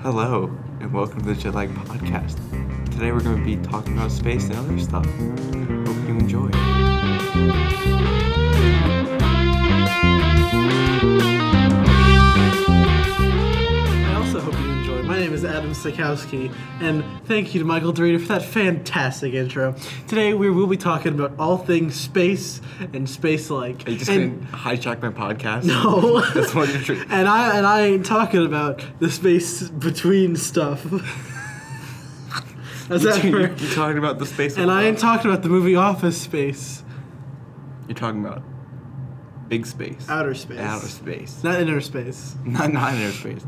Hello, and welcome to the Jet Lag Podcast. Today we're going to be talking about space and other stuff. Hope you enjoy. I also hope you enjoyed. My name is Adam Sikowski, and thank you to Michael Dorita for that fantastic intro. Today we will be talking about all things space and space-like. Are you just and, going to hijack my podcast? no. That's what you're tr- and I and I ain't talking about the space between stuff. As You're ever. talking about the space. And I ain't talking about the movie Office Space, You're talking about big space. Outer space. Outer space. not inner space. Not, not inner space.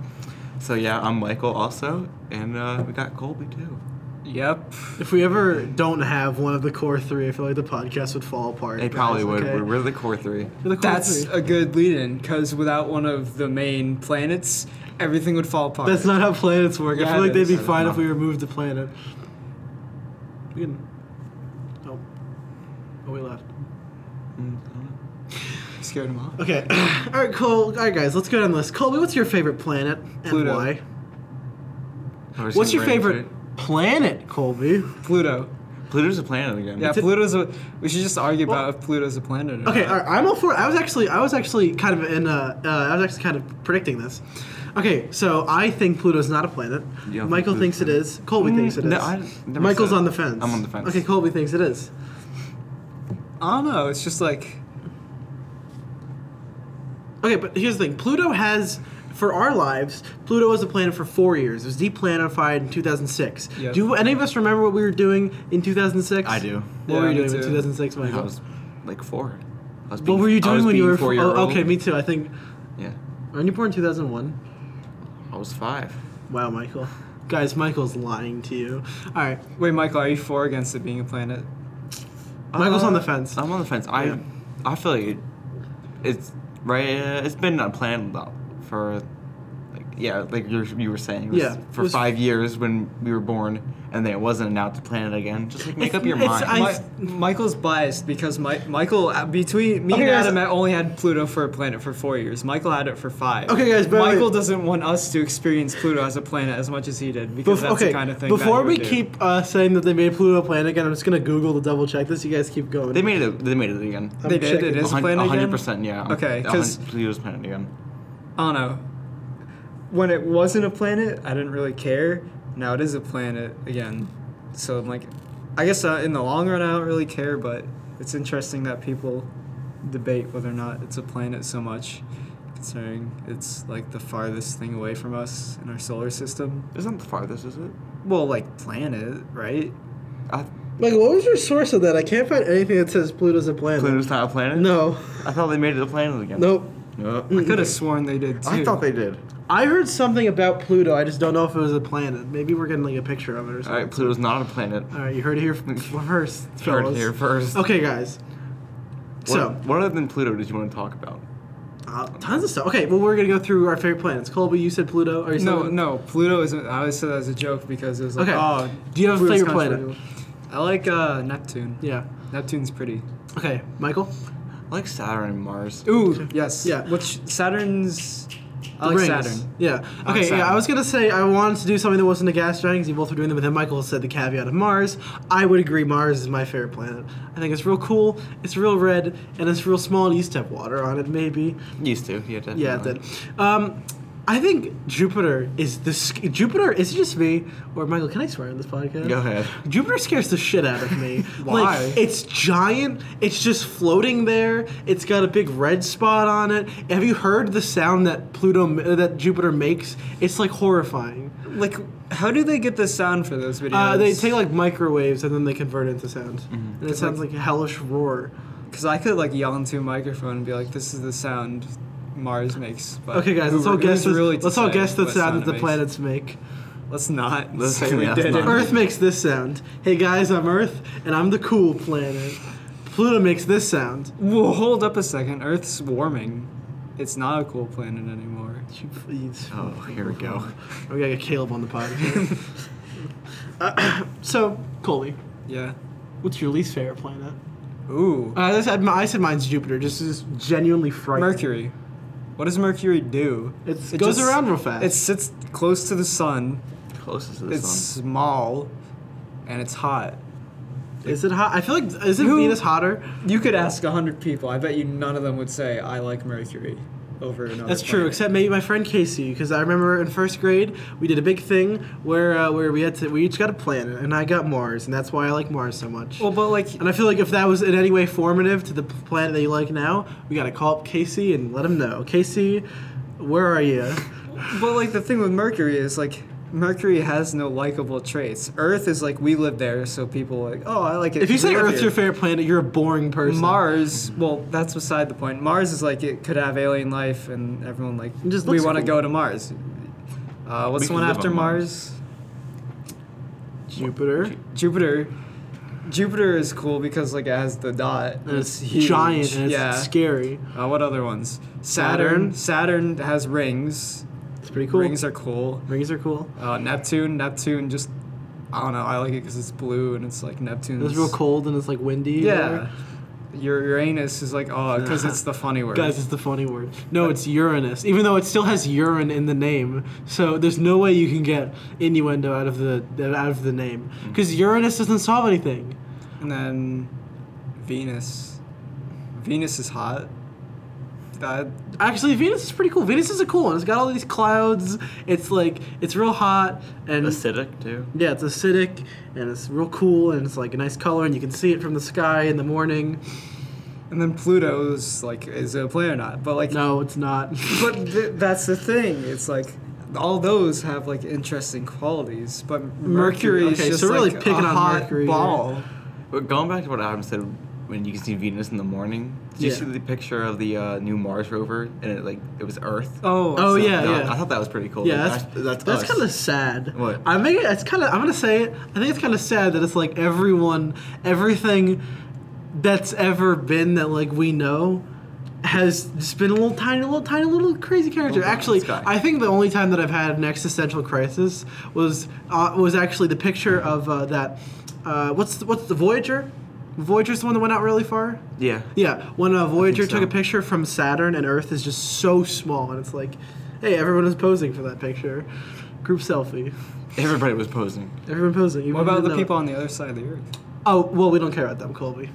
So yeah, I'm Michael also, and uh, we got Colby too. Yep. If we ever don't have one of the core three, I feel like the podcast would fall apart. They guys, probably would. okay? We're, we're the core three. We're the core That's three. a good lead in because without one of the main planets, everything would fall apart. That's not how planets work. I Yeah, feel it like they'd is. be That is fine not- if we removed the planet. We can. Oh. Oh, we left. scared him off. Okay. all right, Cole. All right, guys. Let's go down the list. Colby, what's your favorite planet and Pluto. why? We're just What's gonna your bring it favorite planet, Colby? Pluto. to- Pluto's a planet again. Yeah, It's a- Pluto's a. We should just argue Well- about if Pluto's a planet or Okay, not. all right, I'm all for. I was actually, I was actually kind of in. Uh, uh, I was actually kind of predicting this. Okay, so I think Pluto's not a planet. You don't Michael think thinks it Pluto's is. Colby Mm, thinks it is. no, I never Michael's said it. on the fence. I'm on the fence. Okay, Colby thinks it is. I don't know. It's just like. Okay, but here's the thing. Pluto has, for our lives, Pluto was a planet for four years. It was deplanified in 2006. Yep. Do any of us remember what we were doing in 2006? I do. What Yeah, were you me doing in too. 2006, I Michael? was like four. I was what being- were you I was doing when you being were? four year oh, old? okay, me too. I think. Yeah, Aren't you born 2001? I was five. Wow, Michael. Guys, Michael's lying to you. All right, Wait, Michael, are you for or against it being a planet? Michael's Uh, on the fence. I'm on the fence. I Yeah. I feel like it, it's right. Uh, it's been a plan though, for like yeah, like you you were saying. it was Yeah, for it was- five years when we were born, and then it wasn't announced a planet again. Just like make It's- up your it's- mind. I- Mi- Michael's biased because Mi- Michael, uh, between me Okay, and guys. Adam, I only had Pluto for a planet for four years. Michael had it for five. Okay, guys, by the way- Michael doesn't want us to experience Pluto as a planet as much as he did because Bef- that's the kind of thing. that he before would we do. keep uh, saying that they made Pluto a planet again, I'm just gonna Google to double check this. You guys keep going. they made it. They made it again. I'm They did, checking. it is- a hun- planet again? percent. Yeah. I'm- Okay, a 'cause- hundred- Pluto's a planet again. I don't know. When it wasn't a planet, I didn't really care. Now it is a planet again. So I'm like, I guess uh, in the long run, I don't really care, but it's interesting that people debate whether or not it's a planet so much, considering it's like the farthest thing away from us in our solar system. It's not the farthest, is it? Well, like planet, right? I, Michael, what was your source of that? I can't find anything that says Pluto's a planet. Pluto's not a planet. No. I thought they made it a planet again. Nope. No. I could have sworn they did too. I thought they did. I heard something about Pluto. I just don't know if it was a planet. Maybe we're getting like a picture of it or All something. right, Pluto's not a planet. All right, you heard it here f- first. Heard fellas. here first. Okay, guys. What- So, what other than Pluto did you want to talk about? uh, tons of stuff. Okay, well, we're gonna go through our favorite planets. Colby, you said Pluto. Are you No, no, Pluto isn't. I always said that as a joke because it was like, Okay. oh, Do you have a Pluto's favorite planet? controversial. I like uh, Neptune. Yeah. Neptune's pretty. Okay, Michael. I like Saturn and Mars. Ooh, yes. Yeah. Which Saturn's I like Rings. Saturn. Yeah. I like Okay. Yeah. I Saturn. was gonna say I wanted to do something that wasn't a gas giant because you both were doing them, but then Michael said the caveat of Mars. I would agree. Mars is my favorite planet. I think it's real cool. It's real red, and it's real small. And you used to have water on it, maybe. Used to, yeah, definitely. Yeah. Then, um, I think Jupiter is the sc- Jupiter. Is it just me or Michael? Can I swear on this podcast? Go ahead. Jupiter scares the shit out of me. Why? Like it's giant. It's just floating there. It's got a big red spot on it. Have you heard the sound that Pluto uh, that Jupiter makes? It's like horrifying. Like, how do they get the sound for those videos? Uh, they take like microwaves and then they convert it into sound, Mm-hmm. and it sounds like a hellish roar. because I could like yell into a microphone and be like, "This is the sound Mars makes." But Okay, guys, who- let's all who's guess. This, really to let's all say guess the what sound it that the makes? planets make. Let's not. Let's- Let's say we yeah, did. let's it. not. Earth makes this sound. Hey guys, I'm Earth, and I'm the cool planet. Pluto makes this sound. Whoa, hold up a second. Earth's warming. It's not a cool planet anymore. You- please. Oh, here we go. We gotta get Caleb on the pod. Uh, so, Colby, Yeah. what's your least favorite planet? Ooh. Uh, I, said, I said mine's Jupiter. Just is genuinely frightening. Mercury. What does Mercury do? It's- goes around real fast. It sits close to the sun. Closest to the It's sun. small, and it's hot. Is it hot? I feel like isn't Who- Venus hotter? You could ask hundred people. I bet you none of them would say I like Mercury over another. That's true, planet." except maybe my friend Casey, because I remember in first grade we did a big thing where uh, where we had to we each got a planet, and I got Mars, and that's why I like Mars so much. well, but like and I feel like if that was in any way formative to the p- planet that you like now, we gotta call up Casey and let him know. Casey, where are you? But like the thing with Mercury is like Mercury has no likable traits. Earth is like we live there, so people are like oh I like it. If you 'cause we say live Earth's here." your favorite planet, you're a boring person. Mars, well that's beside the point. Mars is like it could have alien life, and everyone like It just we looks want to cool. go to Mars. Uh, what's We the could one live after on Mars? Mars. Jupiter. Jupiter. Jupiter is cool because like it has the dot. And it's, giant and it's scary. Uh, what other ones? Saturn. Saturn. Saturn has rings. It's pretty cool. Rings are cool. Rings are cool. Uh, Neptune, Neptune, just I don't know. I like it because it's blue and it's like Neptune. It's real cold and it's like windy. Yeah. Your Uranus is like oh because it's the funny word. Guys, it's the funny word. No, it's Uranus, even though it still has urine in the name. So there's no way you can get innuendo out of the out of the name because Uranus doesn't solve anything. and then Venus. Venus is hot. That Actually, Venus is pretty cool. Venus is a cool one. It's got all these clouds. It's like it's real hot and Acidic too. yeah, it's acidic and it's real cool and it's like a nice color and you can see it from the sky in the morning. and then Pluto's like is it a planet or not? But like No, it's not. but th- that's the thing. It's like all those have like interesting qualities, but Mercury, is Okay, just so really like picking a on hot Mercury here. ball. But going back to what Adam said, when you can see Venus in the morning, did Yeah. you see the picture of the uh, new Mars rover and it like it was Earth? Oh, Oh, so- yeah, That- yeah. I thought that was pretty cool. Yeah, Like, that's that's, us. kind of sad. What? I think it's kind of. I'm gonna say it. I think it's kind of sad that it's like everyone, everything that's ever been that like we know has just been a little tiny, little tiny, little crazy character. Little bit in Actually, the sky. I think the only time that I've had an existential crisis was uh, was actually the picture of uh, that. Uh, what's the, what's the Voyager? Voyager's the one that went out really far. yeah. Yeah, when uh, Voyager took so. a picture from Saturn and Earth is just so small, and it's like, hey, everyone is posing for that picture. Group selfie. Everybody was posing. Everyone posing. You What about wouldn't the know. people on the other side of the earth? Oh, well, we don't care about them, Colby.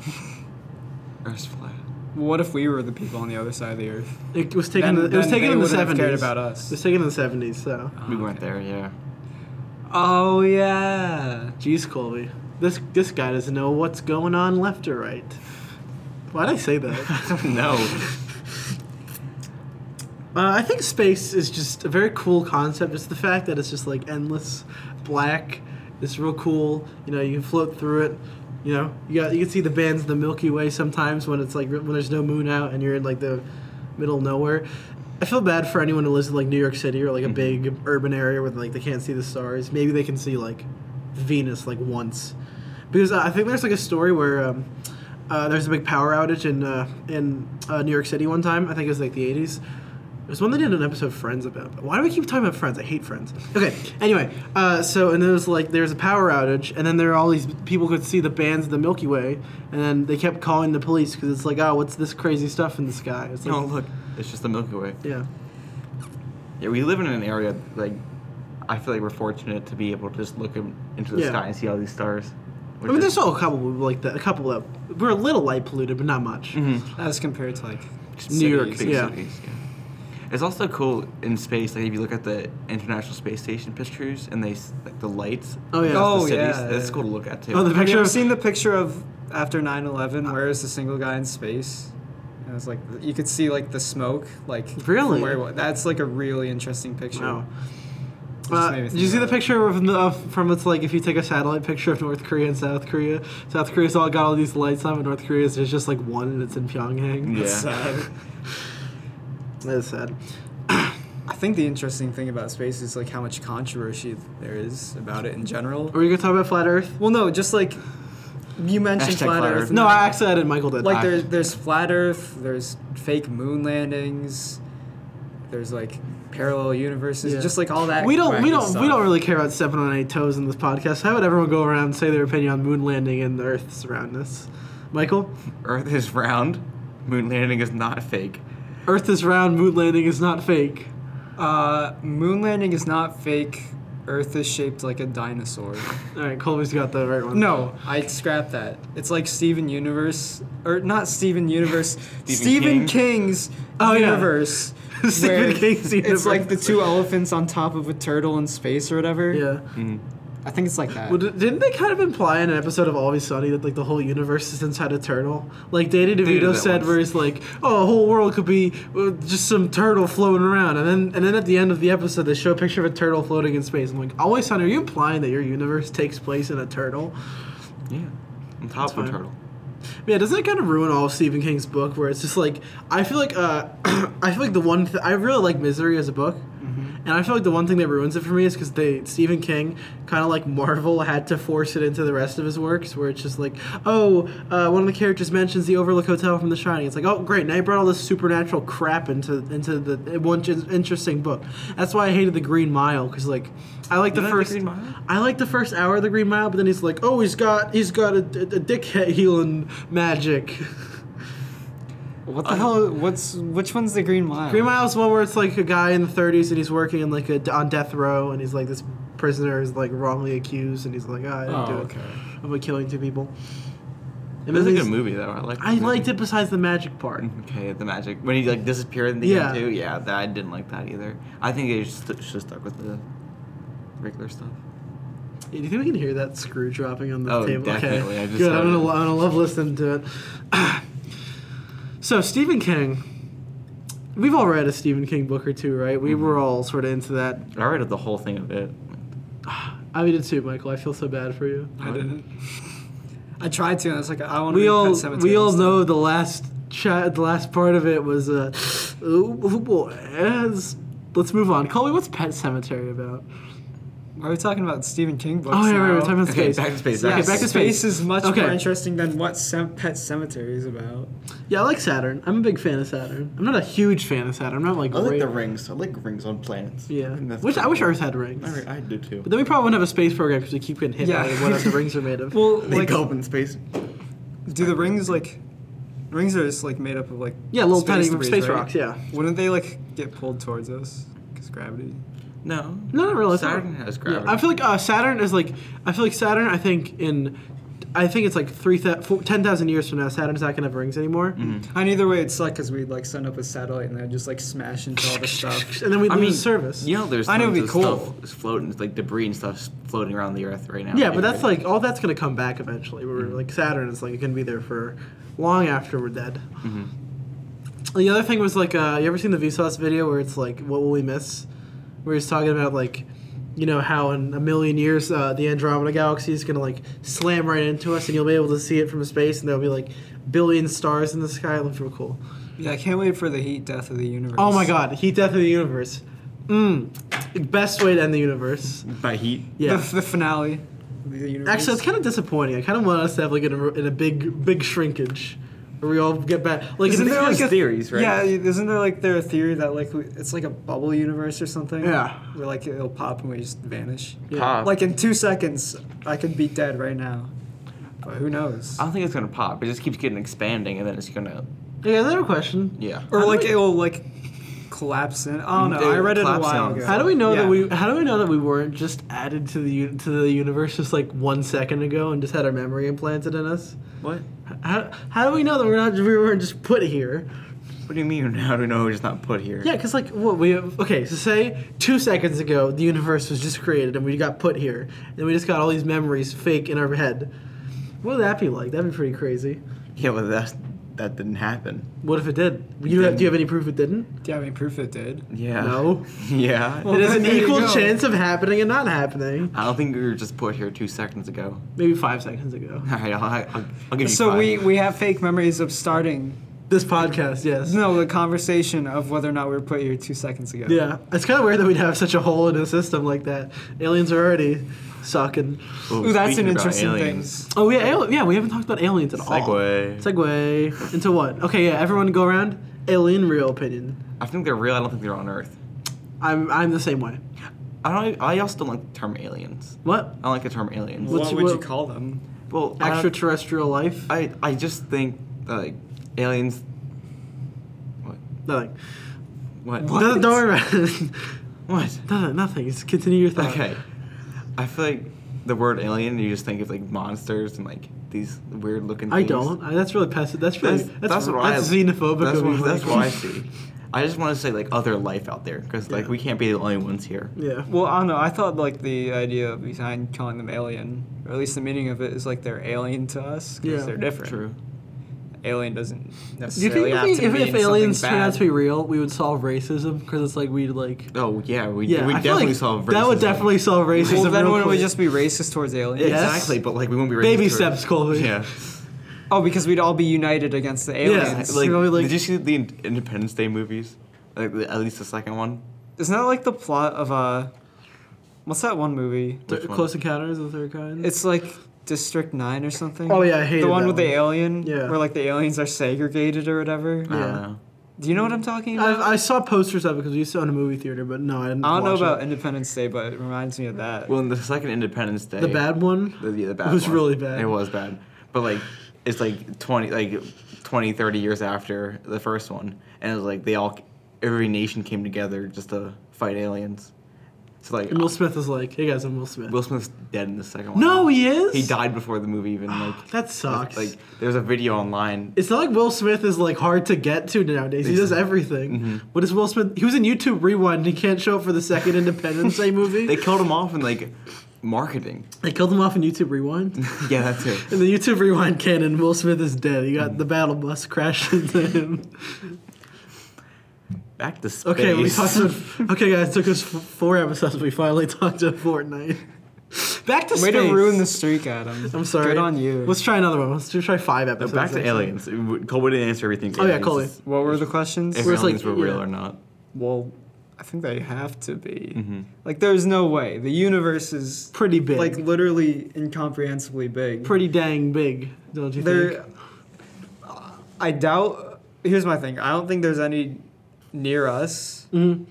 Earth's flat. What if we were the people on the other side of the earth? It was taken. Then- in the, it was then taken they in the wouldn't have seventies. cared about us. It was taken in the seventies. So, We weren't there. Yeah. Oh yeah. jeez, Colby, this this guy doesn't know what's going on left or right. Why'd I say that? no. Uh, I think space is just a very cool concept. It's the fact that it's just like endless black. It's real cool. You know, you can float through it. You know, you got you can see the bands of the Milky Way sometimes when it's like when there's no moon out and you're in like the middle of nowhere. I feel bad for anyone who lives in like New York City or like a big urban area where like they can't see the stars. Maybe they can see like Venus like once, because uh, I think there's like a story where. Um, uh, there's a big power outage in uh, in uh, New York City one time. I think it was like the 80s. It was one they did an episode of Friends about. Why do we keep talking about Friends? I hate Friends. Okay. Anyway, uh, so and there was like there's a power outage, and then there are all these people could see the bands of the Milky Way, and then they kept calling the police because it's like, oh, what's this crazy stuff in the sky? It's like, No, Oh, look. It's just the Milky Way. yeah. Yeah, we live in an area like I feel like we're fortunate to be able to just look in- into the Yeah. sky and see all these stars. I mean, there's still a couple like that. A couple that were a little light polluted, but not much. As compared to like New York cities. big yeah. cities. Yeah. It's also cool in space. Like if you look at the International Space Station pictures and they s- like the lights. Oh, yeah. across Oh, the cities, yeah. That's cool to look at too. Oh, the Have picture you ever of seen the picture of after 9/11? Where is the single guy in space? And it's like you could see like the smoke, like from Really? Where, it wa- that's like a really interesting picture. Wow. It just Uh, made me did think you see the about it. picture of, the- of from it's like if you take a satellite picture of North Korea and South Korea? South Korea's all got all these lights on, but North Korea's there's just like one and it's in Pyongyang. Yeah. That's sad. That is sad. I think the interesting thing about space is like how much controversy there is about it in general. Were you gonna talk about flat Earth? Well, no, just like you mentioned Hashtag flat, flat Earth. Earth. and No, then- I actually I didn't. Michael did. like I- there's there's flat Earth, there's fake moon landings, there's like parallel universes, Yeah. just like all that. we don't we wacky don't stuff. we don't really care about stepping on any toes in this podcast. How would everyone go around and say their opinion on moon landing and the Earth's roundness? Michael, Earth is round. Moon landing is not fake. Earth is round, moon landing is not fake. Uh, moon landing is not fake. Earth is shaped like a dinosaur. All right, Colby's got the right one. No, I scrap that. It's like Steven Universe, or not Steven Universe, King. Stephen, King's Oh, yeah. universe. Stephen where King's It's like the universe. two elephants on top of a turtle in space or whatever. Yeah. I think it's like that. Well, di- didn't they kind of imply in an episode of Always Sunny that like the whole universe is inside a turtle? Like Danny did DeVito that said, once. where he's like, "Oh, a whole world could be uh, just some turtle floating around," and then and then at the end of the episode, they show a picture of a turtle floating in space. I'm like, Always Sunny, are you implying that your universe takes place in a turtle? Yeah. On top of a fine. turtle. Yeah, doesn't it kind of ruin all of Stephen King's book? Where it's just like I feel like uh, I feel like the one th- I really like Misery as a book, Mm-hmm. and I feel like the one thing that ruins it for me is because they Stephen King kind of like Marvel had to force it into the rest of his works, where it's just like oh uh, one of the characters mentions the Overlook Hotel from The Shining. It's like oh great now you brought all this supernatural crap into into the one in- interesting book. That's why I hated the Green Mile because like I like You the don't like first The Green Mile? I like the first hour of the Green Mile, but then he's like, "Oh, he's got he's got a, a dick he- healing magic." what the hell? What's which one's the Green Mile? Green Mile's one where it's like a guy in the 30s and he's working in like a on death row, and he's like this prisoner is like wrongly accused, and he's like, "Ah, "I didn't Oh, do it. okay. I'm like killing two people." It And was a then good he's- movie Mm-hmm. though. I liked. the I movie. liked it besides the magic part. Okay, the magic when he like disappeared in the Mm-hmm. Yeah. end too. Yeah, that I didn't like that either. I think they just should have stuck with the regular stuff. Yeah, do you think we can hear that screw dropping on the Oh, table? definitely. Okay. I just Good. I'm heard gonna, it. lo- I'm gonna love listening to it. so Stephen King. We've all read a Stephen King book or two, right? We Mm-hmm. were all sort of into that. I read the whole thing of it. I read it too, Michael. I feel so bad for you. I didn't. I tried to, and I was like, I want to We read all Pet Cemetery. we all instead. know the last cha- the last part of it was uh, oh, oh boy. Let's- Let's move on. Colby, what's Pet Cemetery about? Are we talking about Stephen King books? oh yeah, right, now? we're talking about Okay, space. back to space, Yeah, back to back to space. space. is much Okay. more interesting than what Sem- Pet Cemetery is about. Yeah, I like Saturn. I'm a big fan of Saturn. I'm not a huge fan of Saturn. I'm not like great- rings. I like rings on planets. Yeah. Which I wish Earth had rings. I do too. But then we probably wouldn't have a space program because we keep getting hit Yeah. by whatever the rings are made of. Well, like, in space. do the rings like rings are just like made up of like yeah, little space tiny debris, space right? rocks. Yeah. Wouldn't they like get pulled towards us because gravity? No. No, not really. Saturn has Yeah, gravity. I feel like uh, Saturn is like I feel like Saturn. I think in I think it's like three thou- four- 10,000 years from now, Saturn's not gonna have rings anymore. And either way, it's like because we'd like send up a satellite and then just like smash into all the stuff. And then we I lose mean, service. You know, there's I know it'd tons be of cool. stuff is floating, like debris and stuff floating around the Earth right now. Yeah, but that's like all that's gonna come back eventually. Where like Saturn is like gonna be there for long after we're dead. Mm-hmm. The other thing was like, uh, you ever seen the Vsauce video where it's like, what will we miss? Where he's talking about like, you know how in a million years uh, the Andromeda galaxy is gonna like slam right into us, and you'll be able to see it from space, and there'll be like billion stars in the sky. It looked real cool. Yeah, I can't wait for the heat death of the universe. Oh my God, heat death of the universe. Mm. Best way to end the universe. by heat. Yeah. the, the finale. Of the universe. Actually, that's kind of disappointing. I kind of want us to have like in a, in a big, big shrinkage, where we all get back. Like, Isn't if- there like there's a, theories, right? Yeah, isn't there like there a theory that like we, it's like a bubble universe or something? Yeah. where like it'll pop and we just vanish. Yeah. Pop. Like in two seconds, I could be dead right now. But who knows? I Uh, don't think it's gonna pop. It just keeps getting expanding, and then it's gonna. yeah, another question. Yeah. or do like we- it'll like collapse in. I don't know. It'll I read it a collapse while in. ago. How do we know Yeah. that we? How do we know that we weren't just added to the u- to the universe just like one second ago and just had our memory implanted in us? What? How, how do we know that we're not we weren't just put here? What do you mean? How do we know we're just not put here? Yeah, because like what we okay, so say two seconds ago the universe was just created and we got put here, and we just got all these memories fake in our head. What would that be like? That'd be pretty crazy. Yeah, but that's that didn't happen. What if it did? You have, do you have any proof it didn't? Do you have any proof it did? Yeah. No. Yeah. Well, it has an there you equal go. chance of happening and not happening. I don't think we were just put here two seconds ago. Maybe five seconds ago. All right, I'll, I'll, I'll give you So five. we we have fake memories of starting. This podcast, yes. No, the conversation of whether or not we were put here two seconds ago. Yeah, it's kind of weird that we'd have such a hole in a system like that. Aliens are already sucking. Oh, Ooh, that's an speaking about interesting thing. aliens. Oh yeah, al- yeah. We haven't talked about aliens at all. Segue. Segway into what? Okay, yeah. Everyone go around. Alien real opinion. I think they're real. I don't think they're on Earth. I'm I'm the same way. I don't. I also don't like the term aliens. What? I don't like the term aliens. What- What What's- would you what- call them? Well, I don't- Extraterrestrial life? I I just think that, like aliens. What? Nothing. What? No, don't worry about it. What? nothing. Nothing. Just continue your thought. Okay. I feel like the word alien, you just think of like monsters and like these weird looking I things. don't. I, that's really passive. That's really That's, that's that's what I- xenophobic. That's, of what, you, that's Michael. what I see. I just want to say like other life out there because like Yeah. we can't be the only ones here. Yeah. Well, I don't know. I thought like the idea behind calling them alien, or at least the meaning of it, is like they're alien to us because Yeah. they're different. True. Alien doesn't Do you necessarily think if, have we, to if, mean if aliens something turned out bad. to be real, we would solve racism? Because it's like we'd like. Oh yeah, we Yeah, we I feel definitely like solve racism. That would definitely solve racism. Well, then real wouldn't we quick. just be racist towards aliens? Yes. exactly, but like we won't be racist Baby towards- steps, Colby. Yeah. Oh, because we'd all be united against the aliens. So we'll be like- did you see the In- Independence Day movies? Like the- at least the second one. Isn't that like the plot of uh, what's that one movie? Th- Which one? Close Encounters of the Third Kind. It's like District Nine or something. Oh, yeah, I hated the one that with one. the alien. Yeah. Where like the aliens are segregated or whatever. I don't Yeah. know. Do you know what I'm talking about? I, I saw posters of it because we used to own a movie theater, but no, I didn't. I don't know watch about it. Independence Day, but it reminds me of that. Well, in the second Independence Day, the bad one. the, yeah, the bad was one. really bad. It was bad, but like it's like 20, like 20, 30 years after the first one, and it was like they all, every nation came together just to fight aliens. So like uh, And Will Smith was like, "Hey guys, I'm Will Smith." Will Smith's dead in the second one. no, he is. he died before the movie even like. That sucks. Like there's a video online. It's not like Will Smith is like hard to get to nowadays. He does everything. Mm-hmm. What is Will Smith? He was in YouTube Rewind. And he can't show up for the second Independence Day movie. They They, killed him off in like marketing. killed him off in YouTube Rewind. in Yeah, that's it. the YouTube Rewind canon, Will Smith is dead. He got the battle bus crashed into him. Back to space. Okay, we talked. About, okay, guys, it took us f- four episodes. We finally talked to Fortnite. Back to Way space. to ruin the streak, Adam. I'm sorry. Good on you. Let's try another one. Let's do- try five No, episodes. back to next time. aliens. Cole didn't answer everything. Oh, yeah, aliens. Cole. If what were the questions? We're just like, aliens were real yeah. or not. well, I think they have to be. Like, there's no way. The universe is Pretty big. like literally incomprehensibly big. pretty dang big, don't you think? There, I doubt. Here's my thing. I don't think there's any near us. Mhm.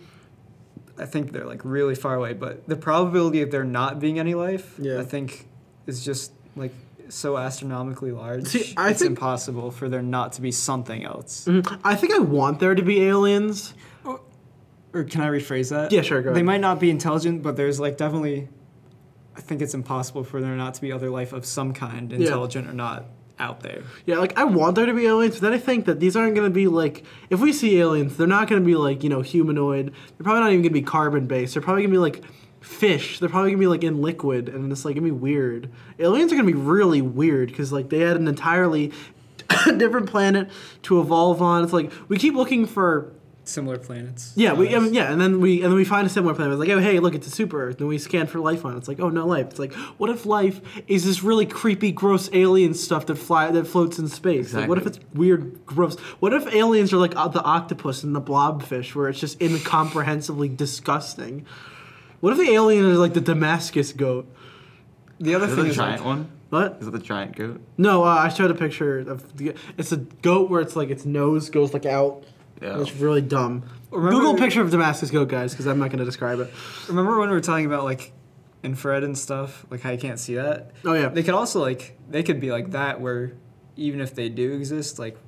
I think they're like really far away. But the probability of there not being any life, Yeah. I think, is just like so astronomically large. See, I it's think- impossible for there not to be something else. Mhm. I think I want there to be aliens. Or can I rephrase that? Yeah, sure, go They ahead. might not be intelligent, but there's like definitely. I think it's impossible for there not to be other life of some kind, intelligent or not, out there. Yeah, like I want there to be aliens, but then I think that these aren't going to be like if we see aliens, they're not going to be like, you know, humanoid. They're probably not even going to be carbon based. They're probably going to be like fish. They're probably going to be like in liquid and it's like going to be weird. Aliens are going to be really weird cuz like they had an entirely different planet to evolve on. It's like we keep looking for Similar planets. Yeah, we I mean, yeah, and then we and then we find a similar planet. It's like, oh hey, look, it's a super Earth. Then we scan for life on. it. It's like, oh no, life. It's like, what if life is this really creepy, gross alien stuff that fly that floats in space? Like, what if it's Exactly. weird, gross? What if aliens are like uh, the octopus and the blobfish, where it's just incomprehensibly disgusting? What if the alien is like the Damascus goat? The other Is thing it the is like, giant one? What? Is it the giant goat? No, uh, I showed a picture of the, it's a goat where it's like its nose goes like out. Yeah. It's really dumb. Remember- Google picture of Damascus goat, guys, because I'm not going to describe it. Remember when we were talking about like infrared and stuff, like how you can't see that? Oh yeah. They could also like they could be like that where even if they do exist, like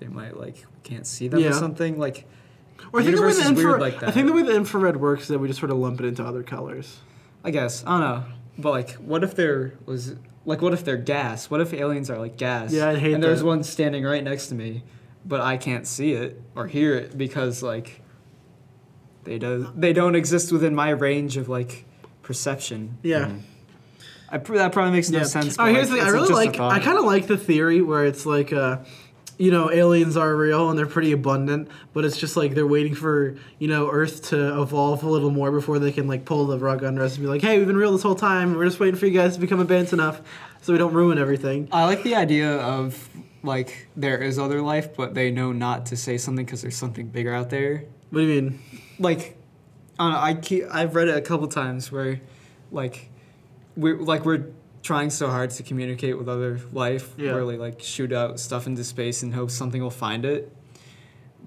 they might like we can't see them Yeah. or something. Like Or I The think, the way universe the is weird infra- like I think the that. way the infrared works is that we just sort of lump it into other colors. I guess I don't know, but like what if there was like what if they're gas? What if aliens are like gas? Yeah, I'd hate And there's that. one standing right next to me, but I can't see it or hear it because like they do they don't exist within my range of like perception. Yeah. I pr- that probably makes no sense. All right, but, Oh, here's the like, thing. I it's really just like. a I thought. kind of like the theory where it's like, uh, you know, aliens are real and they're pretty abundant, but it's just like they're waiting for you know Earth to evolve a little more before they can like pull the rug under us and be like, hey, we've been real this whole time. We're just waiting for you guys to become advanced enough so we don't ruin everything. I like the idea of like there is other life, but they know not to say something because there's something bigger out there. What do you mean? Like, I don't know, I keep, I've read it a couple times where, like, we're like we're trying so hard to communicate with other life, Yeah. really like shoot out stuff into space and hope something will find it.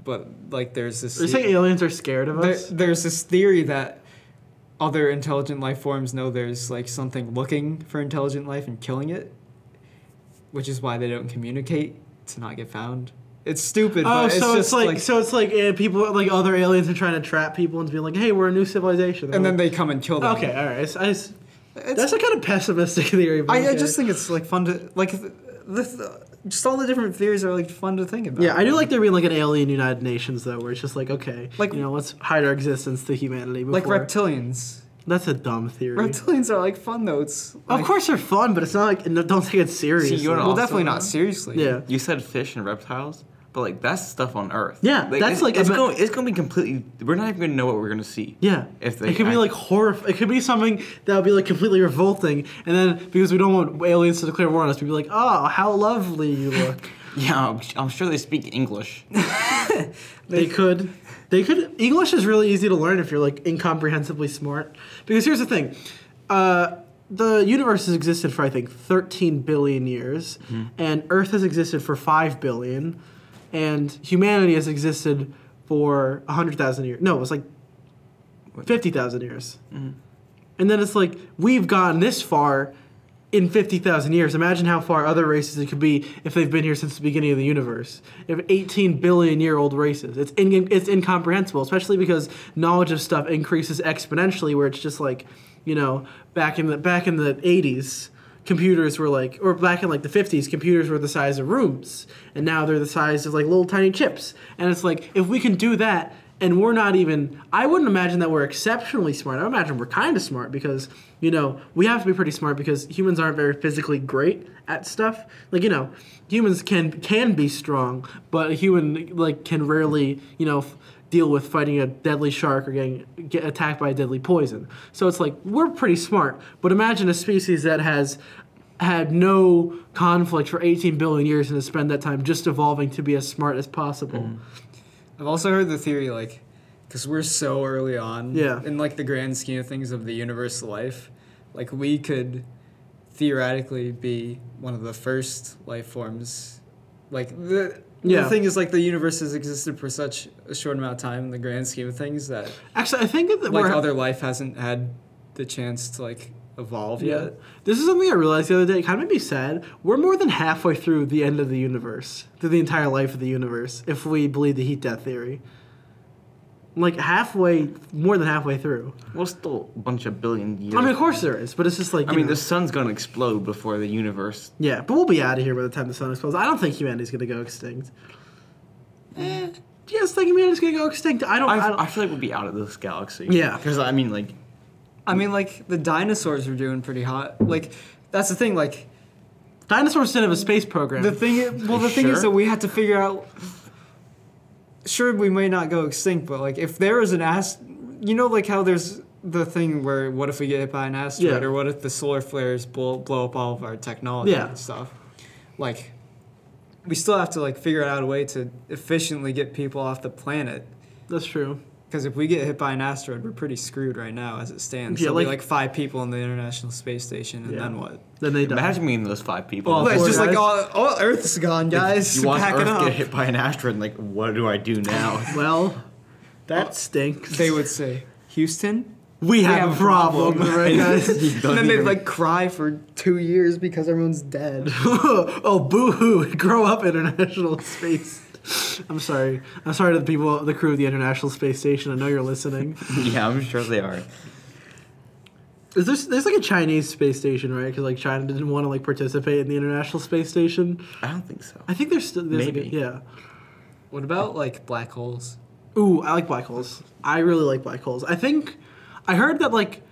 But like, there's this Are you saying aliens are scared of there, us? there's this theory that other intelligent life forms know there's like something looking for intelligent life and killing it, which is why they don't communicate to not get found. It's stupid, Oh, but so it's it's, just like, like, so it's like uh, people like other aliens are trying to trap people and being like, hey, we're a new civilization. and then they come and kill them. okay, all right. It's- I s- It's- that's a kind of pessimistic theory. but I, I okay. just think it's like fun to like th- the, the, just all the different theories are like fun to think about. yeah, I do like there being like an alien United Nations though, where it's just like okay, like Like- you know, let's hide our existence to humanity. Before. like reptilians. That's a dumb theory. Reptilians are like fun though. It's of like- course they're fun, but it's not like no, don't take it seriously. you don't- well, definitely Awesome. not seriously. yeah. You said fish and reptiles, but like that's stuff on Earth. Yeah, that's, it's, like, a it's ma- going it's going to be completely. We're not even going to know what we're going to see. Yeah, If they it could be act- like horror. It could be something that would be like completely revolting, and then because we don't want aliens to declare war on us, we'd be like, "Oh, how lovely you look." Yeah, I'm, I'm sure they speak English. they could, they could. English is really easy to learn if you're like incomprehensibly smart. Because here's the thing, uh, the universe has existed for I think 13 billion years, and Earth has existed for five billion, and humanity has existed for 100,000 years. No, it was like 50,000 years. And then it's like, we've gone this far in 50,000 years. Imagine how far other races it could be if they've been here since the beginning of the universe. If 18 billion year old races. It's, in, it's incomprehensible, especially because knowledge of stuff increases exponentially, where it's just like, you know, back in the, back in the 80s. Computers were like, or back in like the 50s, computers were the size of rooms, and now they're the size of like little tiny chips. And it's like, if we can do that, and we're not even i wouldn't imagine that we're exceptionally smart i would imagine we're kind of smart because you know we have to be pretty smart because humans aren't very physically great at stuff like you know humans can can be strong but a human like can rarely you know f- deal with fighting a deadly shark or getting get attacked by a deadly poison so it's like we're pretty smart but imagine a species that has had no conflict for 18 billion years and has spent that time just evolving to be as smart as possible I've also heard the theory like because we're so early on Yeah. in like the grand scheme of things of the universe life, like we could theoretically be one of the first life forms. Like the Yeah. the thing is like the universe has existed for such a short amount of time in the grand scheme of things that actually i think that like we're other life hasn't had the chance to like evolve Yeah. yet. This is something I realized the other day. It kind of made me sad. We're more than halfway through the end of the universe, through the entire life of the universe, if we believe the heat death theory. Like halfway, more than halfway through. Well, still a bunch of billion years. I mean, of course there is, but it's just like. I you mean, know- the sun's going to explode before the universe. Yeah, but we'll be out of here by the time the sun explodes. I don't think humanity's going to go extinct. Eh, do you guys think humanity's going to go extinct? I don't. I, I, don't I feel like we'll be out of this galaxy. Yeah. Because I mean, like, I mean, like the dinosaurs were doing pretty hot. Like that's the thing. Like dinosaurs didn't have a space program. the thing. Is, well, the thing Sure. is that we had to figure out. Sure, we may not go extinct, but like if there is an ast, you know, like how there's the thing where what if we get hit by an asteroid, Yeah. or what if the solar flares blow, blow up all of our technology Yeah. and stuff. Like, we still have to like figure out a way to efficiently get people off the planet. That's true. Because if we get hit by an asteroid, we're pretty screwed right now as it stands. Yeah, There'll be, like- like five people in the International Space Station, and Yeah. then what? Then they die. imagine being those five people. Well, Well, it's poor just like guys. all, all Earth's gone, Like, guys. you watch Pack it Earth up. get hit by an asteroid, and like, what do I do now? Well, that stinks. They would say Houston, we have, a problem, right, guys? and then they'd like cry for two years because everyone's dead. oh, boo hoo. Grow up, International Space. I'm sorry. I'm sorry to the people, the crew of the International Space Station. I know you're listening. yeah, I'm sure they are. Is there's, there's like a Chinese space station, right? Because like China didn't want to like participate in the International Space Station. I don't think so. I think there's still there's like, a- Maybe. yeah. What about like black holes? Ooh, I like black holes. I really like black holes. I think I heard that like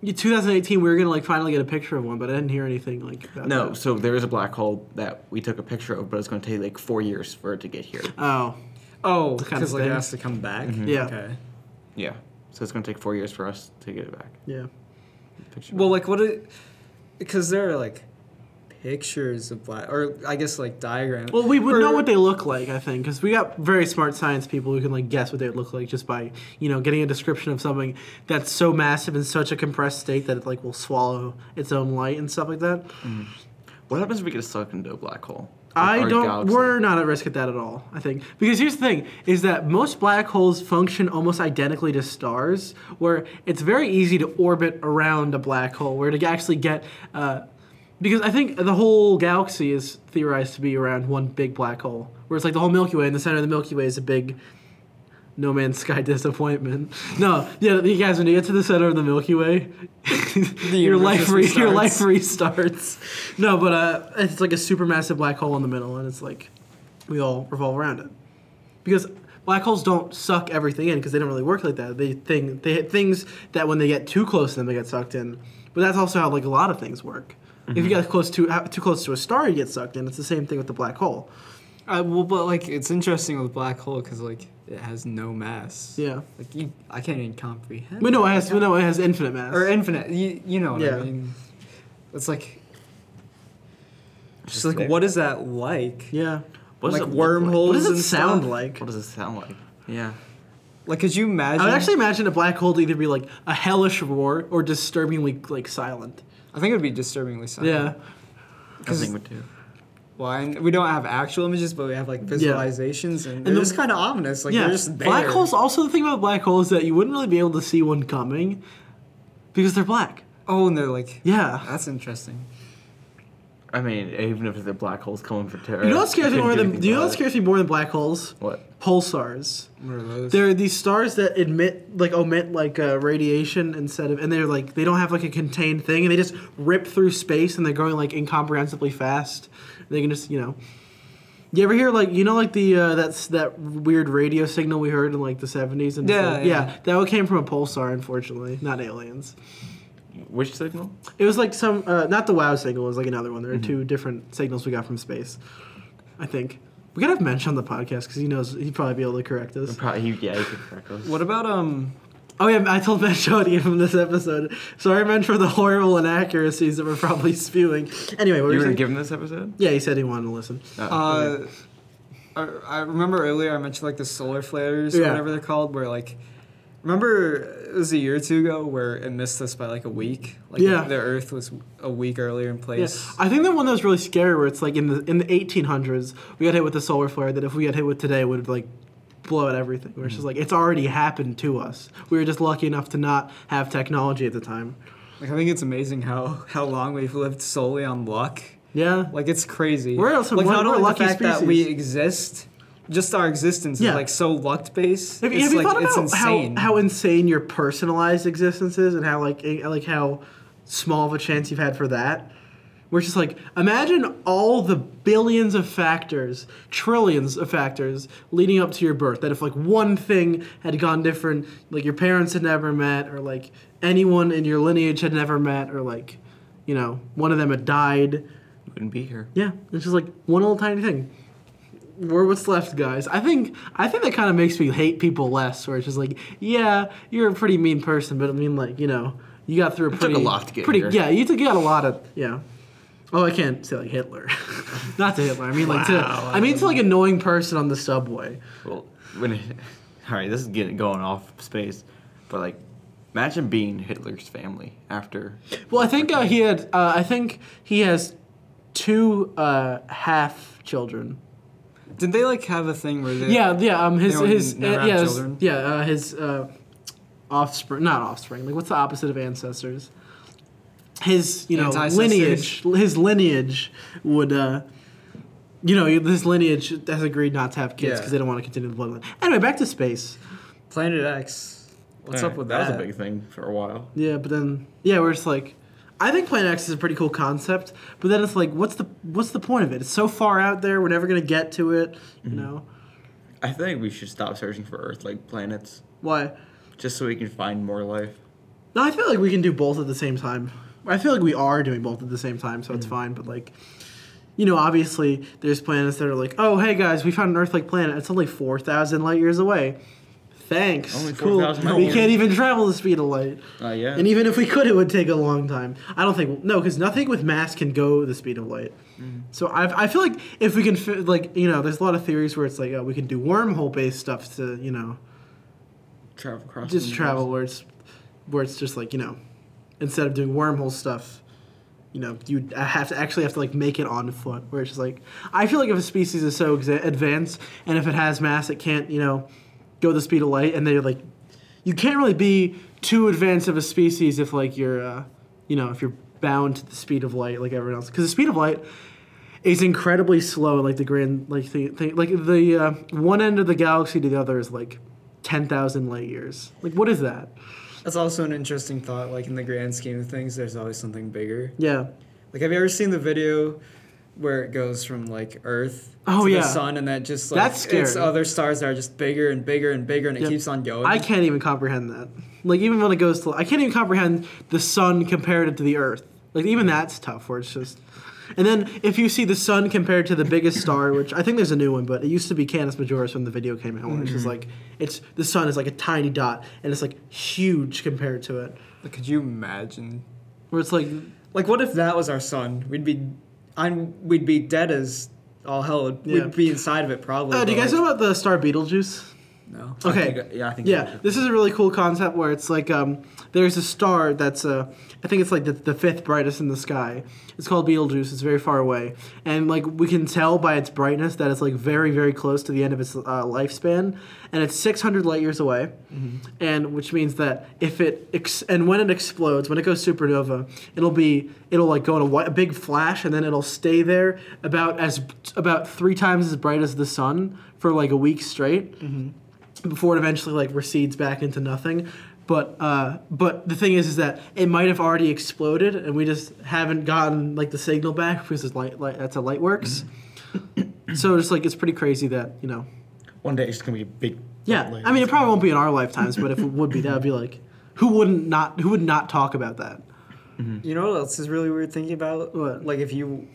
in 2018 we were gonna like finally get a picture of one, but I didn't hear anything like about No, that. so there is a black hole that we took a picture of, but it's going to take like four years for it to get here. Oh, Oh, kind of because like it thing. has to come back. Yeah. Okay. Yeah. So it's going to take four years for us to get it back. yeah. Picture. Well, like what? It, because there are like pictures of black, or I guess like diagrams. Well, we would Or- know what they look like, I think, because we got very smart science people who can like guess what they would look like just by you know getting a description of something that's so massive in such a compressed state that it like will swallow its own light and stuff like that. what happens if we get sucked into a black hole? Like, I our don't. galaxy? We're not at risk at that at all. I think because here's the thing: is that most black holes function almost identically to stars, where it's very easy to orbit around a black hole, where to actually get. Uh, because I think the whole galaxy is theorized to be around one big black hole, where it's like the whole Milky Way, and the center of the Milky Way is a big no man's sky disappointment. No, yeah, you guys, when you get to the center of the Milky Way, your universe life just re- your restarts. life restarts. No, but uh, it's like a supermassive black hole in the middle, and it's like we all revolve around it because black holes don't suck everything in because they don't really work like that. They thing they hit things that when they get too close to them they get sucked in. But that's also how like a lot of things work. Mm-hmm. If you get close to uh, too close to a star, you get sucked in. It's the same thing with the black hole. I, well, but like it's interesting with a black hole because like it has no mass. Yeah. Like you, I can't even comprehend. We know it has we know it has infinite mass. or infinite. You, you know what Yeah. I mean? It's like just just like there. what is that like? yeah. What does like it look wormholes What does it and sound stuff. Like? like? What does it sound like? Yeah. Like, could you imagine? I would actually imagine a black hole to either be like a hellish roar or disturbingly like silent. I think it would be disturbingly silent. Yeah. I 'Cause- think would too. Why? and we don't have actual images, but we have like visualizations, and they're the- just kind of ominous. Like yeah. they're just there. Black holes also the thing about black holes is that you wouldn't really be able to see one coming because they're black. Oh, and they're like. Yeah. That's interesting. I mean, even if the black hole's coming for terror. You know what scares me more than you know what what's scares me more than black holes? What? Pulsars. What are those? There are these stars that emit like omit like uh, radiation instead of, and they're like they don't have like a contained thing, and they just rip through space, and they're going like incomprehensibly fast. They can just you know. You ever hear like you know like the uh, that's that weird radio signal we heard in like the seventies and Yeah, stuff? yeah. that one came from a pulsar, unfortunately, not aliens. Which signal? It was like some uh, not the wow signal. It was like another one. There are Mm-hmm. two different signals we got from space. I think we gotta have Mensch on the podcast because he knows he'd probably be able to correct us. Probably, yeah, you could correct us. What about um? Oh yeah, I told Mensch to give him this episode. Sorry, Mensch, for the horrible inaccuracies that we're probably spewing. Anyway, what were You you were saying? given this episode? yeah, he said he wanted to listen. Oh, Uh, okay. I, Uh, I remember earlier I mentioned like the solar flares or Yeah. whatever they're called, where like, remember it was a year or two ago where it missed us by like a week. Like Yeah. the Earth was a week earlier in Yeah, place. I think the one that was really scary, where it's like in the in the 1800s, we got hit with the solar flare that if we got hit with today would like blow out everything. Where it's just like it's already happened to us. We were just lucky enough to not have technology at the time. Like I think it's amazing how how long we've lived solely on luck. Yeah, Like it's crazy. We're also- like we're- not we're a only lucky the fact that we species. exist, just our existence Yeah. is like so luck based. Have, you- it's have you like thought it's about insane. how how insane your personalized existence is, and how like eh, like how small of a chance you've had for that? We're just like imagine all the billions of factors, trillions of factors leading up to your birth. That if like one thing had gone different, like your parents had never met, or like anyone in your lineage had never met, or like you know one of them had died. wouldn't be here. Yeah, it's just like one little tiny thing. We're what's left, guys. I think I think that kind of makes me hate people less. Where it's just like, yeah, you're a pretty mean person, but I mean, like, you know, you got through a took a pretty lot to get pretty, here. Yeah, you took you got a lot of yeah. Oh, I can't say like Hitler, not to Hitler. I mean like to Wow. I mean to like annoying person on the subway. Well, when all right, this is getting going off space, but like, imagine being Hitler's family after. Well, I think uh, he had. Uh, I think he has two uh, half children. Did they like have a thing where they Yeah, yeah. Um, his They would his uh, never have yeah, his- children? yeah, uh, his uh, offspring, not offspring. Like, what's the opposite of ancestors? His you know Anticestors. lineage. His lineage would. Uh, you know, his lineage has agreed not to have kids Yeah. because they don't want to continue the bloodline. Anyway, back to space. Planet X? What's up with that? that? was a big thing for a while. Yeah, but then yeah, we're just like, I think Planet X is a pretty cool concept, but then it's like, what's the what's the point of it? It's so far out there. We're never gonna get to it. Mm-hmm. You know I think we should stop searching for Earth-like planets why? just so we can find more life. No, I feel like we can do both at the same time. I feel like we are doing both at the same time, Mm. so it's fine. But like, you know, obviously there's planets that are like, oh hey guys, we found an Earth-like planet. It's only four thousand light years away. Thanks. Only cool. 4,000 light We years. can't even travel the speed of light. Uh, yeah. And even if we could, it would take a long time. I don't think no, because nothing with mass can go the speed of light. Mm. So I, I feel like if we can fi- like you know, there's a lot of theories where it's like oh, we can do wormhole-based stuff to you know travel across. the just universe. travel where it's where it's just like you know instead of doing wormhole stuff you know you have to actually have to like make it on foot where it's just like i feel like if a species is so exa- advanced and if it has mass it can't you know go the speed of light and they're like you can't really be too advanced of a species if like you're uh, you know if you're bound to the speed of light like everyone else because the speed of light is incredibly slow like the grand like the thing like the uh, one end of the galaxy to the other is like 10,000 light years. Like what is that? That's also an interesting thought. Like in the grand scheme of things, there's always something bigger. Yeah. Like, have you ever seen the video where it goes from like Earth Oh, to yeah. the sun, and that just like That's it's scary. other stars that are just bigger and bigger and bigger, and it Yep. keeps on going. I can't even comprehend that. Like even when it goes to I can't even comprehend the sun compared to the earth. Like even that's tough where it's just and then if you see the sun compared to the biggest star, which I think there's a new one, but it used to be Canis Majoris when the video came out, which is like it's the sun is like a tiny dot and it's like huge compared to it. Like, could you imagine? Where it's like Like, what if that was our sun? We'd be, I'm, we'd be dead as all hell. Yeah. We'd be inside of it probably. uh, do you but, guys know like, about the star Beetlejuice? No. Okay. I think- yeah, I think. Yeah, this is a really cool concept where it's like um, there's a star that's uh, I think it's like the, the fifth brightest in the sky. It's called Beetlejuice. It's very far away, and like we can tell by its brightness that it's like very very close to the end of its uh, lifespan, and it's 600 light years away, Mm-hmm. and which means that if it ex- and when it explodes, when it goes supernova, it'll be it'll like go in a, whi- a big flash, and then it'll stay there about as about three times as bright as the sun for like a week straight before it eventually like recedes back into nothing. But uh, but the thing is, is that it might have already exploded, and we just haven't gotten like the signal back because it's light, light that's how light works. Mm-hmm. so it's like it's pretty crazy that you know. One day it's just gonna be a big. Yeah, like, I mean, it probably won't be in our lifetimes, but if it would be, that would be like, who wouldn't not who would not talk about that? You know what else is really weird thinking about? What? Like if you,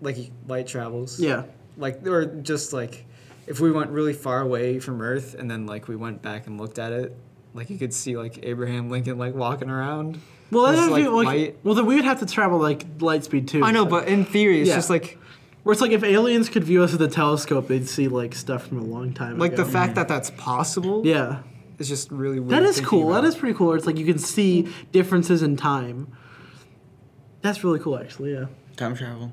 like light travels. Yeah, Like or just like, if we went really far away from Earth and then like we went back and looked at it, like you could see like Abraham Lincoln like walking around. well, It's, that would be, like, like, light. well, then we would have to travel like light speed too. I know, but in theory, it's Yeah. just like where it's like if aliens could view us with a telescope, they'd see like stuff from a long time like ago. the fact that that's possible yeah. is just really weird. That is thinking cool. about. Hmm. That is pretty cool. It's like you can see differences in time. That's really cool, actually. Yeah. time travel.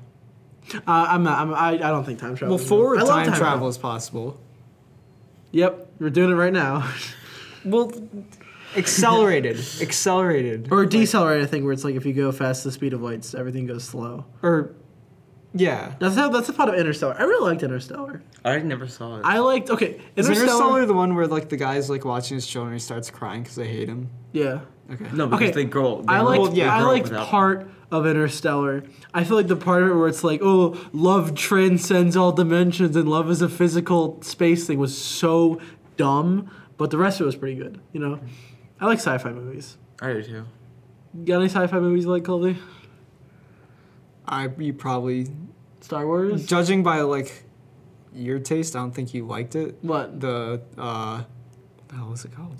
Uh, I'm not. I'm, I, I don't think time travel. well, is real. forward I love time, travel is possible. Yep, we're doing it right now. Well, accelerated, accelerated, or decelerate, I think, where it's like if you go fast the speed of light, so everything goes slow. or yeah. That's how. That's the part of Interstellar. I really liked Interstellar. I never saw it. I liked. Okay, Is Interstellar. Interstellar the one where like the guy's like watching his children, he starts crying because they hate him? Yeah. Okay. no, because okay, they grow. They I grow- liked. they I grow liked without- part of Interstellar. I feel like the part of it where it's like, oh, love transcends all dimensions and love is a physical space thing was so dumb, but the rest of it was pretty good. You know, I like sci-fi movies. I do too. Got any sci-fi movies you like, Colby? I you probably Star Wars. judging by like your taste, I don't think you liked it. What? The uh, what the hell was it called?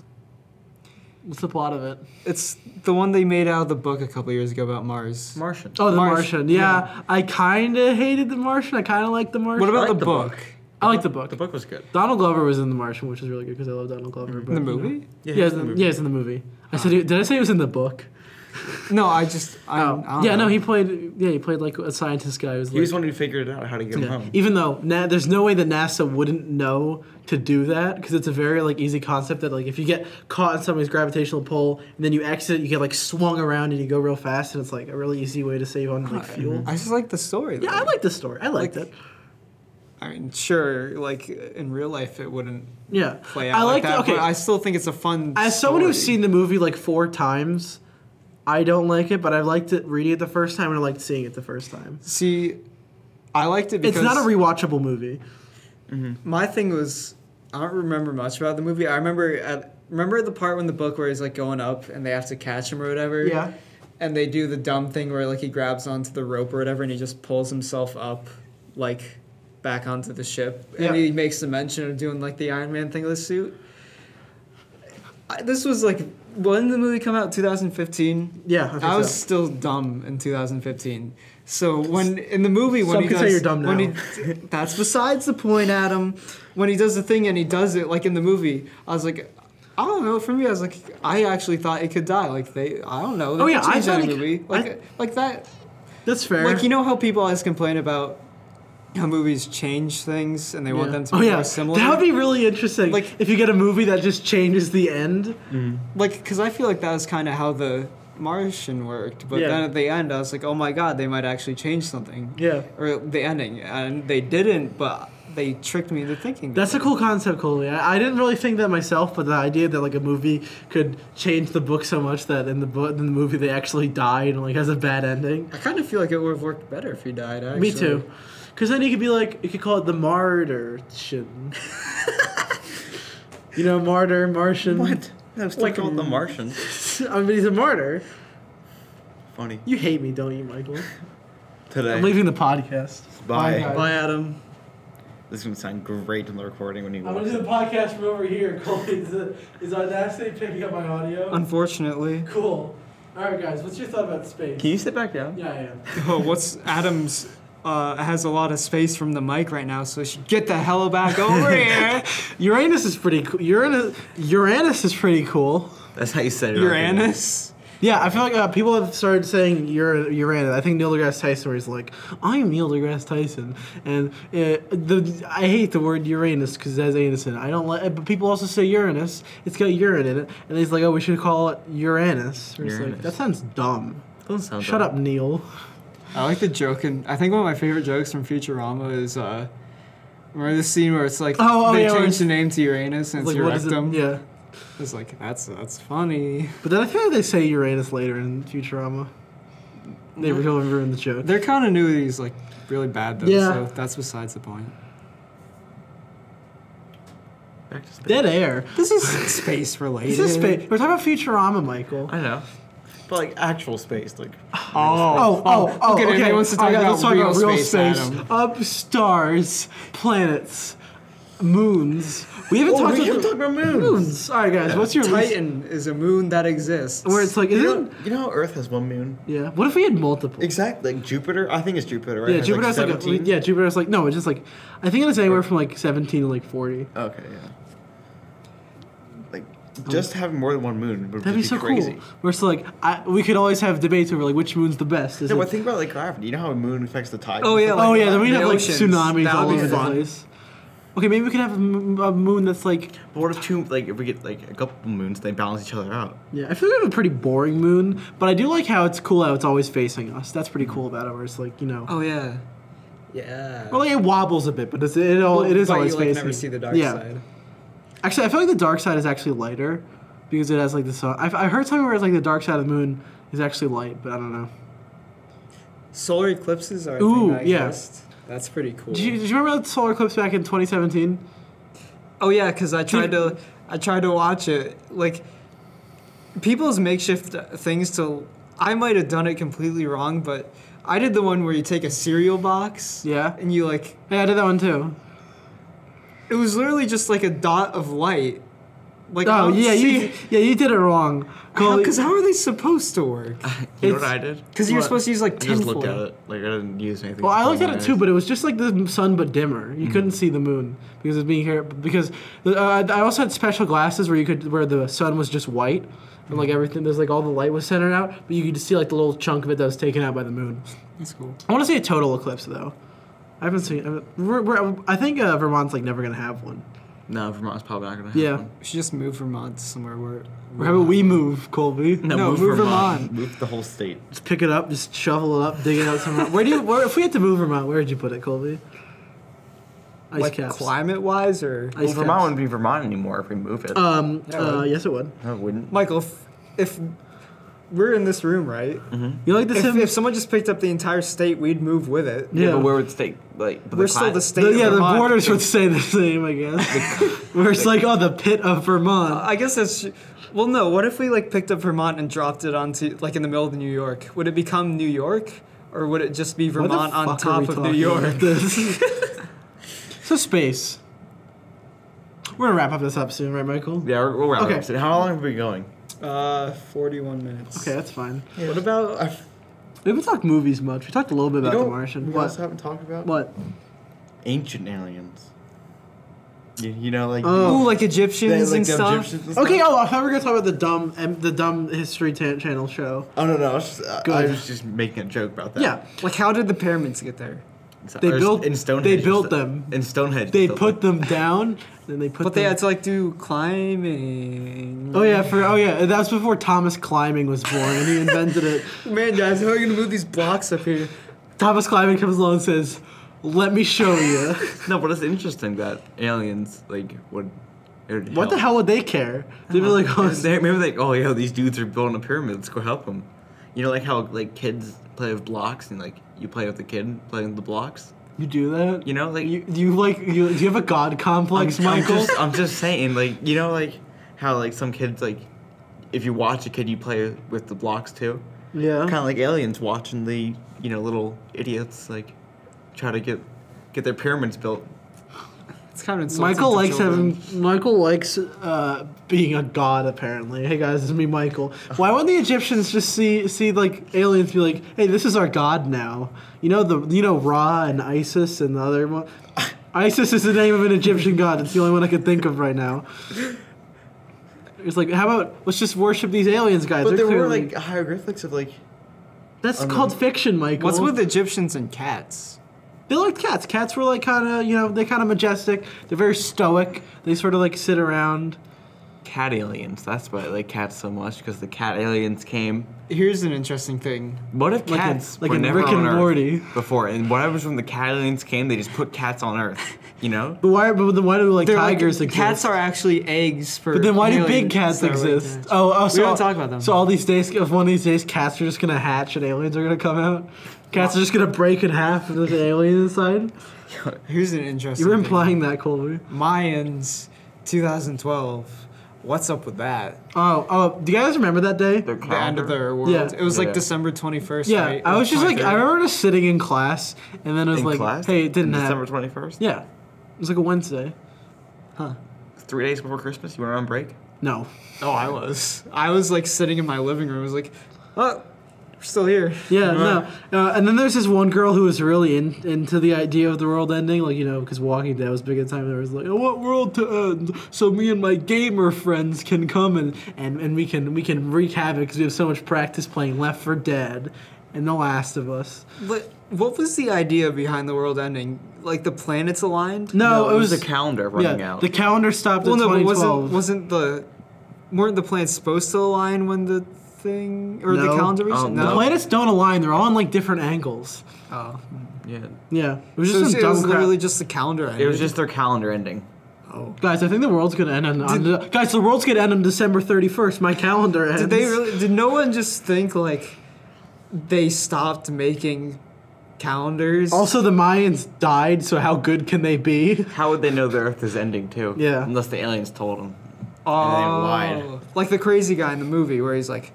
What's the plot of it? It's the one they made out of the book a couple years ago about Mars. Martian. Oh, The Martian, Martian. Yeah, I kind of hated The Martian. I kind of liked The Martian. What about I the, like the book? book. I like the book. The book was good. Donald Glover was in The Martian, which is really good because I love Donald Glover. but, The you know. movie? Ah. Yeah, it's yeah, the movie. yeah, it's in the movie. I said, he- did I say he was in the book? No, I just I, Oh, I don't yeah, know. no, he played. Yeah, he played like a scientist guy. Who's He was like, one who figured out how to get him yeah. home. Even though na- there's no way that NASA wouldn't know to do that because it's a very like easy concept that like if you get caught in somebody's gravitational pull and then you exit, you get like swung around and you go real fast, and it's like a really easy way to save on like fuel. I just like the story. Yeah, though. I like the story. I liked Mm-hmm. Like- it. I mean, sure, like in real life, it wouldn't Yeah, play out I like. like that. the, okay, but I still think it's a fun. As someone who's story. seen the movie like four times, I don't like it, but I liked it reading it the first time and I liked seeing it the first time. see, I liked it because it's not a rewatchable movie. my thing was I don't remember much about the movie. I remember at, remember the part when the book where he's like going up and they have to catch him or whatever. Yeah. And they do the dumb thing where like he grabs onto the rope or whatever and he just pulls himself up like back onto the ship. Yeah. And he makes the mention of doing like the Iron Man thing with the suit. I, this was like when did the movie come out 2015. Yeah, I think I was so. still dumb in 2015. So when in the movie when Some he could say does you're dumb when now. he that's besides the point, Adam. When he does the thing and he does it like in the movie, I was like, I don't know. For me, I was like, I actually thought it could die. Like they, I don't know. They Oh, yeah, could I change that thought in it the movie. could- Like I- like that. That's fair. Like you know how people always complain about how movies change things and they want them to be more similar. Oh, That would be really interesting. Like Like- Mm. if you get a movie that just changes the end. like because I feel like that was kind of how the Martian worked, but Yeah. then at the end, I was like, oh my god, they might actually change something. Yeah. Or the ending. And they didn't, but they tricked me into thinking. That's a cool concept, Coley. I, I didn't really think that myself, but the idea that like a movie could change the book so much that in the book, in the movie, they actually die and like has a bad ending. I kind of feel like it would have worked better if he died, actually. Me too. Because then you could be like, you could call it the martyr shin. you know, martyr, Martian. What? I was Like- thinking about the Martian. I mean, he's a martyr. Funny. You hate me, don't you, Michael? Today. I'm leaving the podcast. Bye. guys. Bye, Adam. This is gonna sound great in the recording when you I'm watch gonna do the it. podcast from over here. Coley is, is Audacity picking up my audio. Unfortunately. cool. All right, guys. What's your thought about space? Can you sit back down? yeah, I am. Oh, what's Adam's uh, has a lot of space from the mic right now, so we should get the hell back over here. Uranus is pretty cool. Uranus, Uranus is pretty cool. That's how you said it. Uranus. Yeah, I feel like uh, people have started saying Ur- Uranus. I think Neil deGrasse Tyson was like, "I am Neil deGrasse Tyson," and uh, the I hate the word Uranus because that's anus in it. I don't like, but people also say Uranus. It's got urine in it, and he's like, "Oh, we should call it Uranus." Or it's like, Uranus. that sounds dumb. Don't sound Shut up, Neil. I like the joke, and I think one of my favorite jokes from Futurama is uh, remember the scene where it's like Oh, oh, they yeah, where changed it's- the name to Uranus and it's Like, what is it? Urectum. Yeah, It's like that's that's funny. but then I feel like they say Uranus later in Futurama. They were going to ruin the joke. Their continuity is like really bad though, Yeah. so that's besides the point. Back to space. Dead air. This is space related. This is space. We're talking about Futurama, Michael. I know. But like actual space, like Oh, oh, oh, okay. okay. Everyone wants to talk Okay, about let's talk real about real space, space. Adam. Up stars, planets, moons. We haven't Oh, talked we about haven't talked about moons. All right, guys. What's your least? Titan is a moon that exists. Where it's like, you, know, isn't? you know how Earth has one moon? Yeah. What if we had multiple? Exactly. Like Jupiter. I think it's Jupiter, right? Yeah, Has, Jupiter like has like, a, 17? yeah, Jupiter has like no, it's just like I think it's anywhere from like seventeen to like forty. Okay, yeah. Like just having more than one moon would Mm-hmm. That'd be just so crazy. cool. We're still like I, we could always have debates over like which moon's the best. Is No, it- but think about like gravity. You know how a moon affects the tide. Oh, yeah, oh like, yeah, then we'd the have like oceans. tsunamis That would all be over the fun. place. Okay, maybe we could have a m- a moon that's like But what if two? Like if we get like a couple moons, they balance each other out. Yeah, I feel like we have a pretty boring moon, but I do like how it's cool how it's always facing us. That's pretty cool about it. Where it's like you know, Oh yeah, yeah. well, like it wobbles a bit, but it's, it all it is but always you, like, facing. never see the dark yeah. side. Actually, I feel like the dark side is actually lighter because it has like the sun. I've, I heard something where it's like the dark side of the moon is actually light, but I don't know. Solar eclipses are. Ooh, a thing that yeah. exist. That's pretty cool. Did you, did you remember that solar eclipse back in 2017? Oh yeah, because I tried to I tried to watch it. Like people's makeshift things to I might have done it completely wrong, but I did the one where you take a cereal box Yeah. and you like Yeah, I did that one too. it was literally just like a dot of light. Like I Oh don't yeah, see, you yeah you did it wrong. Cole. because how, are they supposed to work? You know It's- what I did? Because you're What? supposed to use like I tinfoil. just looked at it. Like I didn't use anything. Well, I to looked at my it too, eyes. but it was just like the sun, but dimmer. Hmm. You couldn't see the moon because it's being here. Because the, uh, I also had special glasses where you could where the sun was just white and Hmm. like everything. There's like all the light was centered out, but you could just see like the little chunk of it that was taken out by the moon. That's cool. I want to see a total eclipse though. I haven't seen. I, haven't- we're, we're, I think uh, Vermont's like never gonna have one. no, Vermont's probably not gonna. Happen. Yeah. We should just move Vermont to somewhere where. Or how about we move, Colby? No, No, move, move Vermont. Vermont. Move the whole state. Just pick it up, just shovel it up, dig it out somewhere. Where do you? Where, if we had to move Vermont, where would you put it, Colby? Ice like caps. climate wise or Ice Well, Vermont caps. wouldn't be Vermont anymore if we move it. Um. Yeah, uh, right. yes, it would. no, it wouldn't. Michael, if, if we're in this room, right? You like the If, Sims? if someone just picked up the entire state, we'd move with it. Yeah. but where would the state like? but We're still the cli- state. The- of yeah, the Vermont. borders would stay the same, I guess. Where it's like, oh, the pit of Vermont. I guess that's. Well, no. What if we like picked up Vermont and dropped it onto like in the middle of New York? Would it become New York, or would it just be What the Vermont on fuck are we top of New talking York? about this? so space. We're gonna wrap up this up soon, right, Michael? Yeah, we're, we're Okay. okay. So how long have we been going? Uh, forty-one minutes. Okay, that's fine. What about? I- We haven't talked movies much. We talked a little bit you about know The what Martian. We What? also haven't talked about What? ancient aliens. You, you know, like Oh. Ooh, like Egyptians they- like and the stuff. Egyptians and Okay. stuff. Oh, I thought we were gonna talk about the dumb, um, the dumb History Tan- Channel show. Oh no, no. I was, just, I- I Good. was just making a joke about that. Yeah, Like, how did the pyramids get there? So- They or built- in Stonehenge. they built it's- them. in Stonehenge. they it's built put them down and they put. But they them- had to like do climbing. Oh yeah, for oh yeah, that was before Thomas climbing was born, and he invented it. Man, guys, how are you gonna move these blocks up here? Thomas climbing comes along and says, "Let me show you." No, but it's interesting that aliens like would. it would what the help. hell would they care? They'd be like, oh, Uh-huh. They, maybe like, oh yeah, these dudes are building a pyramid. Let's go help them. You know, like how like kids play with blocks and like you play with the kid playing with the blocks. you do that? You know, like you, you like you, do you have a god complex, Michael? I'm just, I'm just saying, like you know, like how like some kids like if you watch a kid, you play with the blocks too. yeah. Kind of like aliens watching the you know little idiots like try to get get their pyramids built. It's kind of insulting. Michael to likes children. having. Michael likes uh, being a god. Apparently, hey guys, this is me, Michael. Why wouldn't the Egyptians just see see like aliens be like, hey, this is our god now? You know the you know Ra and Isis and the other one. Isis is the name of an Egyptian god. It's the only one I could think of right now. It's like, how about let's just worship these aliens, guys? But They're there were clearly- like hieroglyphics of like that's I mean- called fiction, Michael. um, What's with Egyptians and cats? They liked cats. Cats were like kind of, you know, they kind of majestic. They're very stoic. They sort of like sit around. cat aliens. That's why I like cats so much because the cat aliens came. Here's an interesting thing. What if Like in- cats like were in never Rick on and Earth Morty. before? And what happens when the cat aliens came? They just put cats on Earth. You know? But why? But then why do like They're like- tigers exist? Cats are actually eggs for. But then why do aliens big cats that are like exist? cats. Oh, oh, so don't talk about them. So all these days, if one of these days, cats are just gonna hatch and aliens are gonna come out. Cats are just gonna break in half and there's an alien inside. Here's an interesting. You were thing. implying that, Colby. Mayans, 2012. What's up with that? Oh, oh, do you guys remember that day? Their The end of calendar. their world. Yeah. It was like Yeah. December 21st. yeah, right? I Or was just like, I 23rd. remember just sitting in class, and then I was in like, class. hey, it didn't on happen. December twenty first. Yeah, it was like a Wednesday. Huh? Three days before Christmas, you went on break. No. Oh, I was. I was like sitting in my living room. I was like, oh, we're still here. Yeah, no. Uh, and then there's this one girl who was really in, into the idea of the world ending, like you know, because Walking Dead was big at the time. There was like, I want world to end, so me and my gamer friends can come and and, and we can we can wreak havoc because we have so much practice playing Left for Dead and The Last of Us. But what was the idea behind the world ending? Like the planets aligned? No, it was, the calendar running yeah, out. The calendar stopped Well, at no, but 2012. wasn't wasn't the weren't the planets supposed to align when the thing or the No. calendar reached? Oh, The no. planets don't align; they're all in like different angles. Oh. yeah, Yeah, it was So just some it dumb was crap. literally just the calendar. it was just their calendar ending. Oh. Guys, I think the world's gonna end on, on guys. The world's gonna end on December thirty first. My calendar ends. Did they really? Did no one just think like they stopped making calendars? Also, the Mayans died, so how good can they be? How would they know the Earth is ending too? Yeah. unless the aliens told them. oh, and they lied. like the crazy guy in the movie where he's like,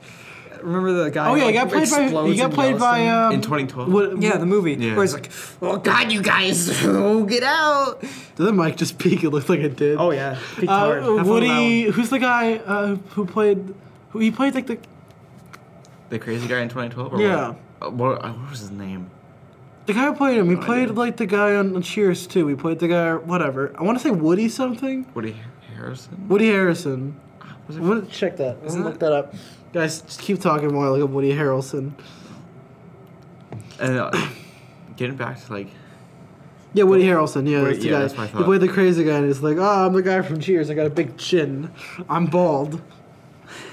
remember the guy? Oh yeah, who, he got like, played by he explodes got in played by Yellowstone? um, In 2012? What, yeah, the movie Yeah. where he's like, oh god, you guys, oh, get out. Did the mic just peak? It looked like it did. Oh yeah, peaked hard. Have fun uh, with Woody, that who's the guy uh, who played? Who he played like the The crazy guy in 2012. Or Yeah. What? Uh, what, uh, what was his name? the guy who played him. He No played idea. like the guy on Cheers too. He played the guy whatever. I want to say Woody something. Woody Harrison. Woody Harrison. Was I it- want to check that. I'm Isn't gonna look that up. Guys, just keep talking while I look up Woody Harrelson. And uh, getting back to like, Yeah, Woody Harrelson. Yeah, Wait, that's the yeah, guy. that's what I He thought. played the crazy guy, and he's like, "Oh, I'm the guy from Cheers. I got a big chin. I'm bald."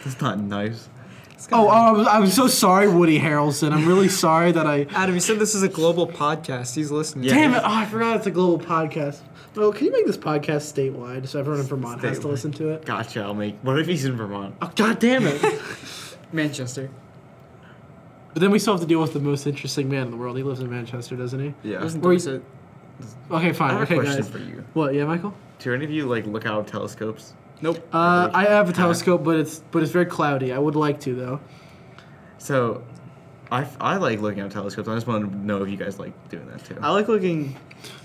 that's not nice. one. Oh, oh I'm, I'm so sorry, Woody Harrelson. I'm really sorry that I. Oh, Adam, you said this is a global podcast. He's listening. Yeah. Damn it! Oh, I forgot it's a global podcast. Oh, can you make this podcast statewide so everyone in Vermont has to Statewide. listen to it? Gotcha. I'll make. What if he's in Vermont? Oh, God damn it! Manchester. but then we still have to deal with the most interesting man in the world. He lives in Manchester, doesn't he? Yeah. Doesn't Or- Dorset- Okay, I fine. have Okay, a question guys. for you. What? Yeah, Michael. Do any of you like look out of telescopes? Nope. Uh, Like, I have a uh, telescope, but it's but it's very cloudy. I would like to though. So, I, I like looking out telescopes. I just wanted to know if you guys like doing that too. I like looking.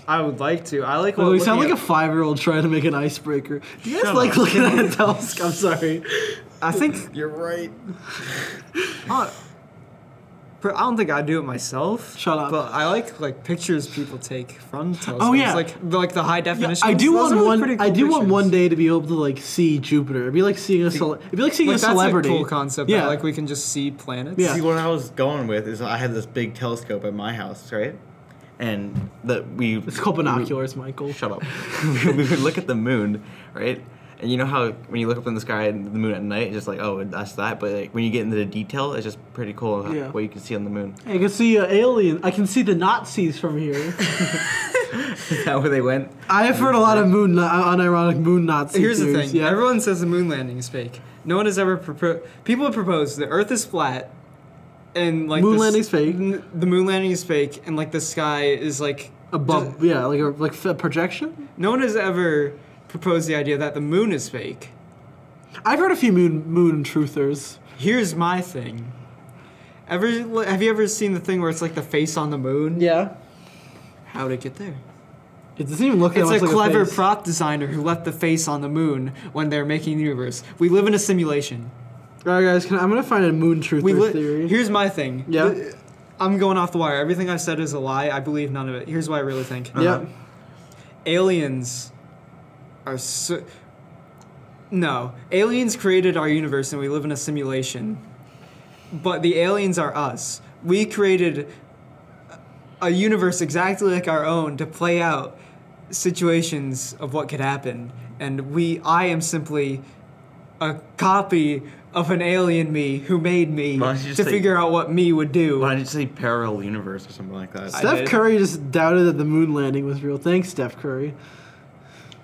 I would like to. I like. Well, we sound like looking a five-year-old trying to make an icebreaker. Do you guys Shut like up. looking at a telescope? I'm sorry. at- I think. You're right. Uh, per- I don't think I do it myself. Shut up. Oh, But I like like pictures people take from telescopes. yeah. Like the, like the high Yeah, definition. I do Those want are one. pretty cool I do want pictures. one day to be able to like see Jupiter. It'd be like seeing a cele- It'd be like seeing Like, a that's celebrity. a cool concept. Yeah. Yeah. Like we can just see planets. Yeah. See, what I was going with is I had this big telescope at my house, right? and that we It's called binoculars, Michael. Shut up. we would look at the moon, right? And you know how when you look up in the sky and the moon at night, it's just like, oh, that's that. But like when you get into the detail, it's just pretty cool how- Yeah. what you can see on the moon. I can see uh, alien. I can see the Nazis from here. Is that where they went? I have heard a lot of moon, uh, unironic moon Nazis. Here's the thing. Everyone says the moon landing is fake. No one has ever proposed. People have proposed the Earth is flat, and like Moon the s- landing's fake. n- The moon landing is fake, and like the sky is like above, yeah, like a, like f- a projection. No one has ever proposed the idea that the moon is fake. I've heard a few moon moon truthers. Here's my thing. Ever have you ever seen the thing where it's like the face on the moon? Yeah, How'd it get there? it doesn't even look. that It's much a like clever face. prop designer who left the face on the moon when they're making the universe. We live in a simulation. All right, guys, can, I- I'm gonna find a moon truther We li- theory. Here's my thing. Yeah. Th- I'm going off the wire. Everything I said is a lie. I believe none of it. Here's what I really think. Uh-huh. Yeah, aliens are so no aliens created our universe and we live in a simulation but the aliens are us we created a universe exactly like our own to play out situations of what could happen and we i am simply a copy of an alien me who made me Why don't you to just say- figure out what me would do Why don't you say parallel universe or something like that? I Steph did. Curry just doubted that the moon landing was real. Thanks, Steph Curry.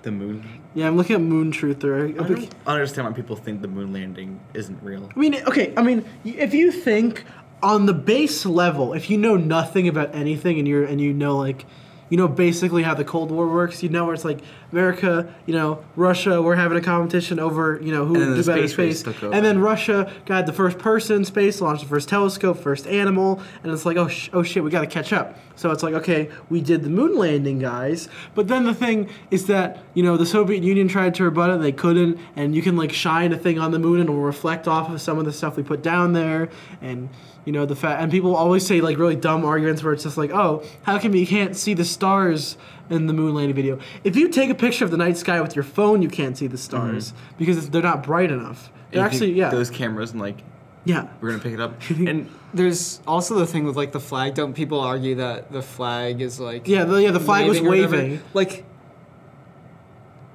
the moon. Yeah, I'm looking at moon truther. I don't understand why people think the moon landing isn't real. I mean, okay, I mean, y- if you think on the base level, if you know nothing about anything and you're and you know like you know basically how the Cold War works, you know where it's like America, you know, Russia, we're having a competition over, you know, who And then do the better space race space. took over. And then Russia got the first person in space, launched the first telescope, first animal, and it's like, oh, sh- oh shit, we gotta catch up. So it's like, okay, we did the moon landing, guys. But then the thing is that, you know, the Soviet Union tried to rebut it, they couldn't, and you can like shine a thing on the moon and it'll reflect off of some of the stuff we put down there, and you know, the fact, and people always say like really dumb arguments where it's just like, oh, how come you can't see the stars in the moon landing video? If you take a picture of the night sky with your phone, you can't see the stars because they're not bright enough. They're You think actually, yeah. Those cameras and like Yeah. we're gonna pick it up. And there's also the thing with like the flag don't people argue that the flag is like Yeah, the, yeah, the flag was waving or whatever. waving. Like,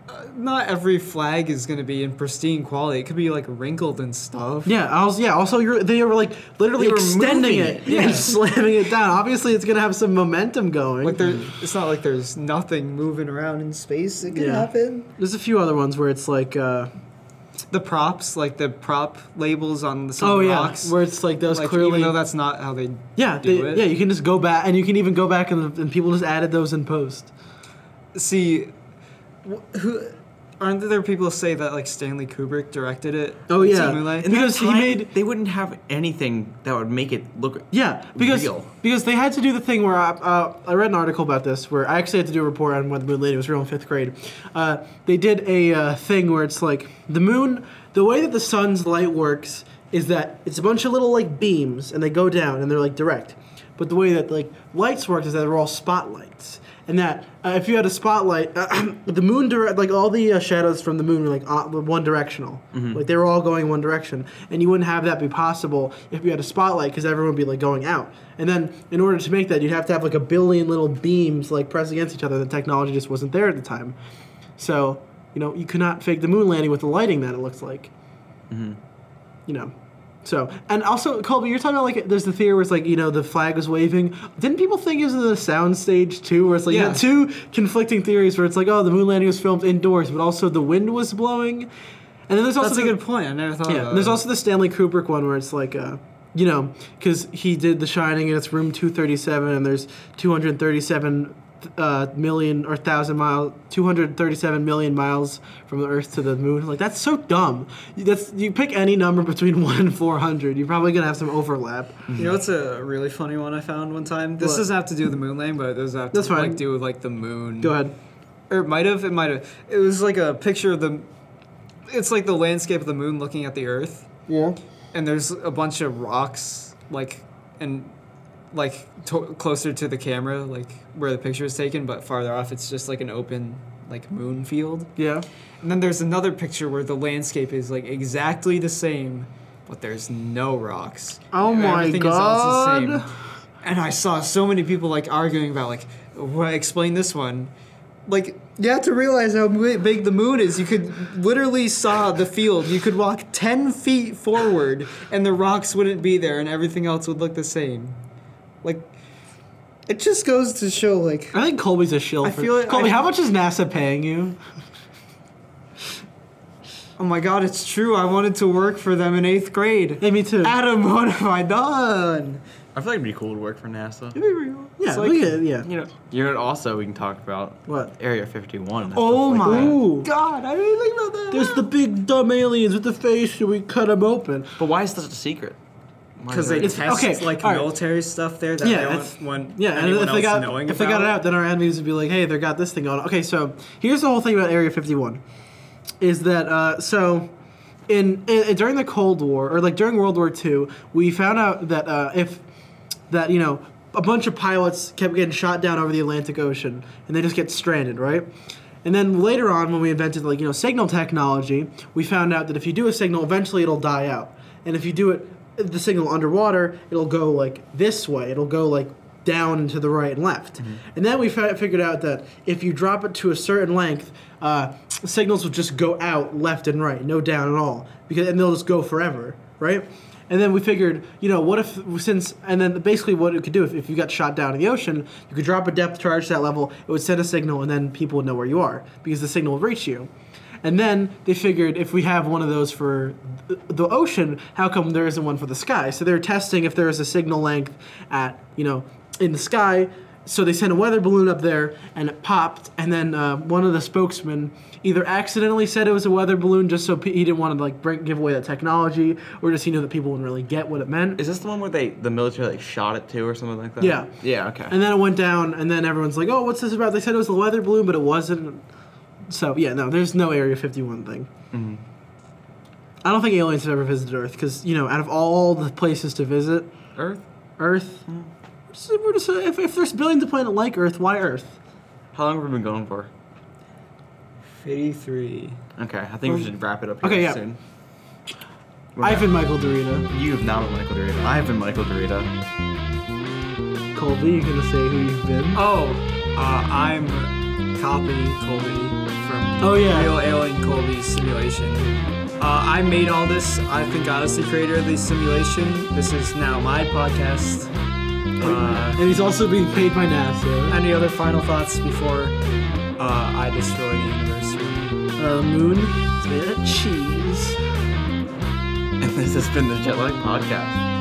uh, not every flag is going to be in pristine quality. It could be like wrinkled and stuff. Yeah, I was, yeah, also you're they were like literally They were extending moving it, it, yeah. and slamming it down. Obviously it's gonna have some momentum going. Like there, it's not like there's nothing moving around in space. It could Yeah. happen. There's a few other ones where it's like uh, The props, like the prop labels on the some Oh yeah. rocks. Where it's like those like, clearly even though that's not how they. Yeah, do they- it. yeah, you can just go back and you can even go back and, and people just added those in post. See, wh- who aren't there people who say that like Stanley Kubrick directed it? Oh, It's yeah. a Moonlight? And Because he time, made- they wouldn't have anything that would make it look Yeah, because Real. because they had to do the thing where I, uh, I read an article about this where I actually had to do a report on whether the moon lady was real in fifth grade. Uh, they did a uh, thing where it's like the moon, the way that the sun's light works is that it's a bunch of little like beams and they go down and they're like direct. But the way that like lights worked is that they're all spotlights, and that uh, if you had a spotlight, uh, the moon direct like all the uh, shadows from the moon were like uh, one directional, like they were all going one direction, and you wouldn't have that be possible if you had a spotlight because everyone would be like going out. And then in order to make that, you'd have to have like a billion little beams like press against each other. The technology just wasn't there at the time, so you know you could not fake the moon landing with the lighting that it looks like Mm-hmm. you know. So and also Colby, you're talking about like there's the theory where it's like you know the flag was waving. Didn't people think it was the sound stage too, where it's like you Yeah. had two conflicting theories where it's like oh the moon landing was filmed indoors, but also the wind was blowing. And then there's also That's the, a good point. I never thought. yeah. about and there's that. also the Stanley Kubrick one where it's like, uh, you know, because he did The Shining and it's room 237 and there's 237 uh, million or thousand miles, 237 million miles from the Earth to the moon. Like that's so dumb. That's you pick any number between one and 400, you're probably gonna have some overlap. You know what's a really funny one I found one time? This What? doesn't have to do with the moon landing, but it does have to That's fine. like do with like the moon. Go ahead. Or it might have, it might have. It was like a picture of the it's like the landscape of the moon looking at the earth. Yeah. And there's a bunch of rocks like and like to- closer to the camera, like where the picture is taken, but farther off it's just like an open like moon field. Yeah. And then there's another picture where the landscape is like exactly the same, but there's no rocks. Oh my Everything is else the same. God. and I saw so many people like arguing about like, wh- explain this one. Like you have to realize how bi- big the moon is. You could literally saw the field. You could walk ten feet forward, and the rocks wouldn't be there, and everything else would look the same. Like, it just goes to show like I think Colby's a shill. I for- feel it- Colby, I- how much is NASA paying you? Oh my god, it's true. I wanted to work for them in eighth grade. Yeah, me too. Adam, what have I done? I feel like it'd be cool to work for NASA. yeah, It's like- look at yeah. you know. You know, what also we can talk about What? Area 51. and Oh stuff like my that. Ooh. god, I didn't think about that. There's the big dumb aliens with the face, and we cut them open. But why is that a secret? Why is because they that- test okay, like all right. military stuff there that Yeah, they that's- don't want Yeah, and anyone if else they got knowing if they about. got it out, then our enemies would be like, "Hey, they got this thing on." Okay, so here's the whole thing about Area 51, is that uh, so. In, in during the Cold War or like during World War II, we found out that uh, if that you know a bunch of pilots kept getting shot down over the Atlantic Ocean and they just get stranded, right? And then later on, when we invented like you know signal technology, we found out that if you do a signal, eventually it'll die out, and if you do it the signal underwater, it'll go like this way, it'll go like down and to the right and left, and then we fi- figured out that if you drop it to a certain length. Uh, signals will just go out left and right, no down at all, because and they'll just go forever, right? And then we figured, you know, what if since and then basically what it could do if, if you got shot down in the ocean, you could drop a depth charge to that level, it would send a signal, and then people would know where you are because the signal would reach you. And then they figured if we have one of those for th- the ocean, how come there isn't one for the sky? So they're testing if there is a signal length at you know in the sky. So they sent a weather balloon up there, and it popped. And then uh, one of the spokesmen either accidentally said it was a weather balloon, just so pe- he didn't want to like bring, give away that technology, or just he knew that people wouldn't really get what it meant. Is this the one where they the military like shot it to or something like that? Yeah. Yeah. Okay. And then it went down, and then everyone's like, "Oh, what's this about?" They said it was a weather balloon, but it wasn't. So yeah, no, there's no Area 51 thing. Mm-hmm. I don't think aliens have ever visited Earth because you know, out of all the places to visit, Earth. Earth. Mm. So we're just- if, if there's billions of planet like Earth, why Earth? How long have we been going for? fifty-three. Okay, I think we should wrap it up here Okay, yeah. soon. I've been Michael Dorita. You have not been Michael Dorita. I have been Michael Dorita. Colby, you gonna say who you've been? Oh, uh, I'm copy Colby from Oh, yeah. Real Alien Colby Simulation. Uh, I made all this. I think I was the creator of the simulation. This is now my podcast. Uh, And he's also being paid by NASA. Any other final thoughts before uh, I destroy the universe? Uh, moon, bit of cheese. And this has been the Jetlag Podcast.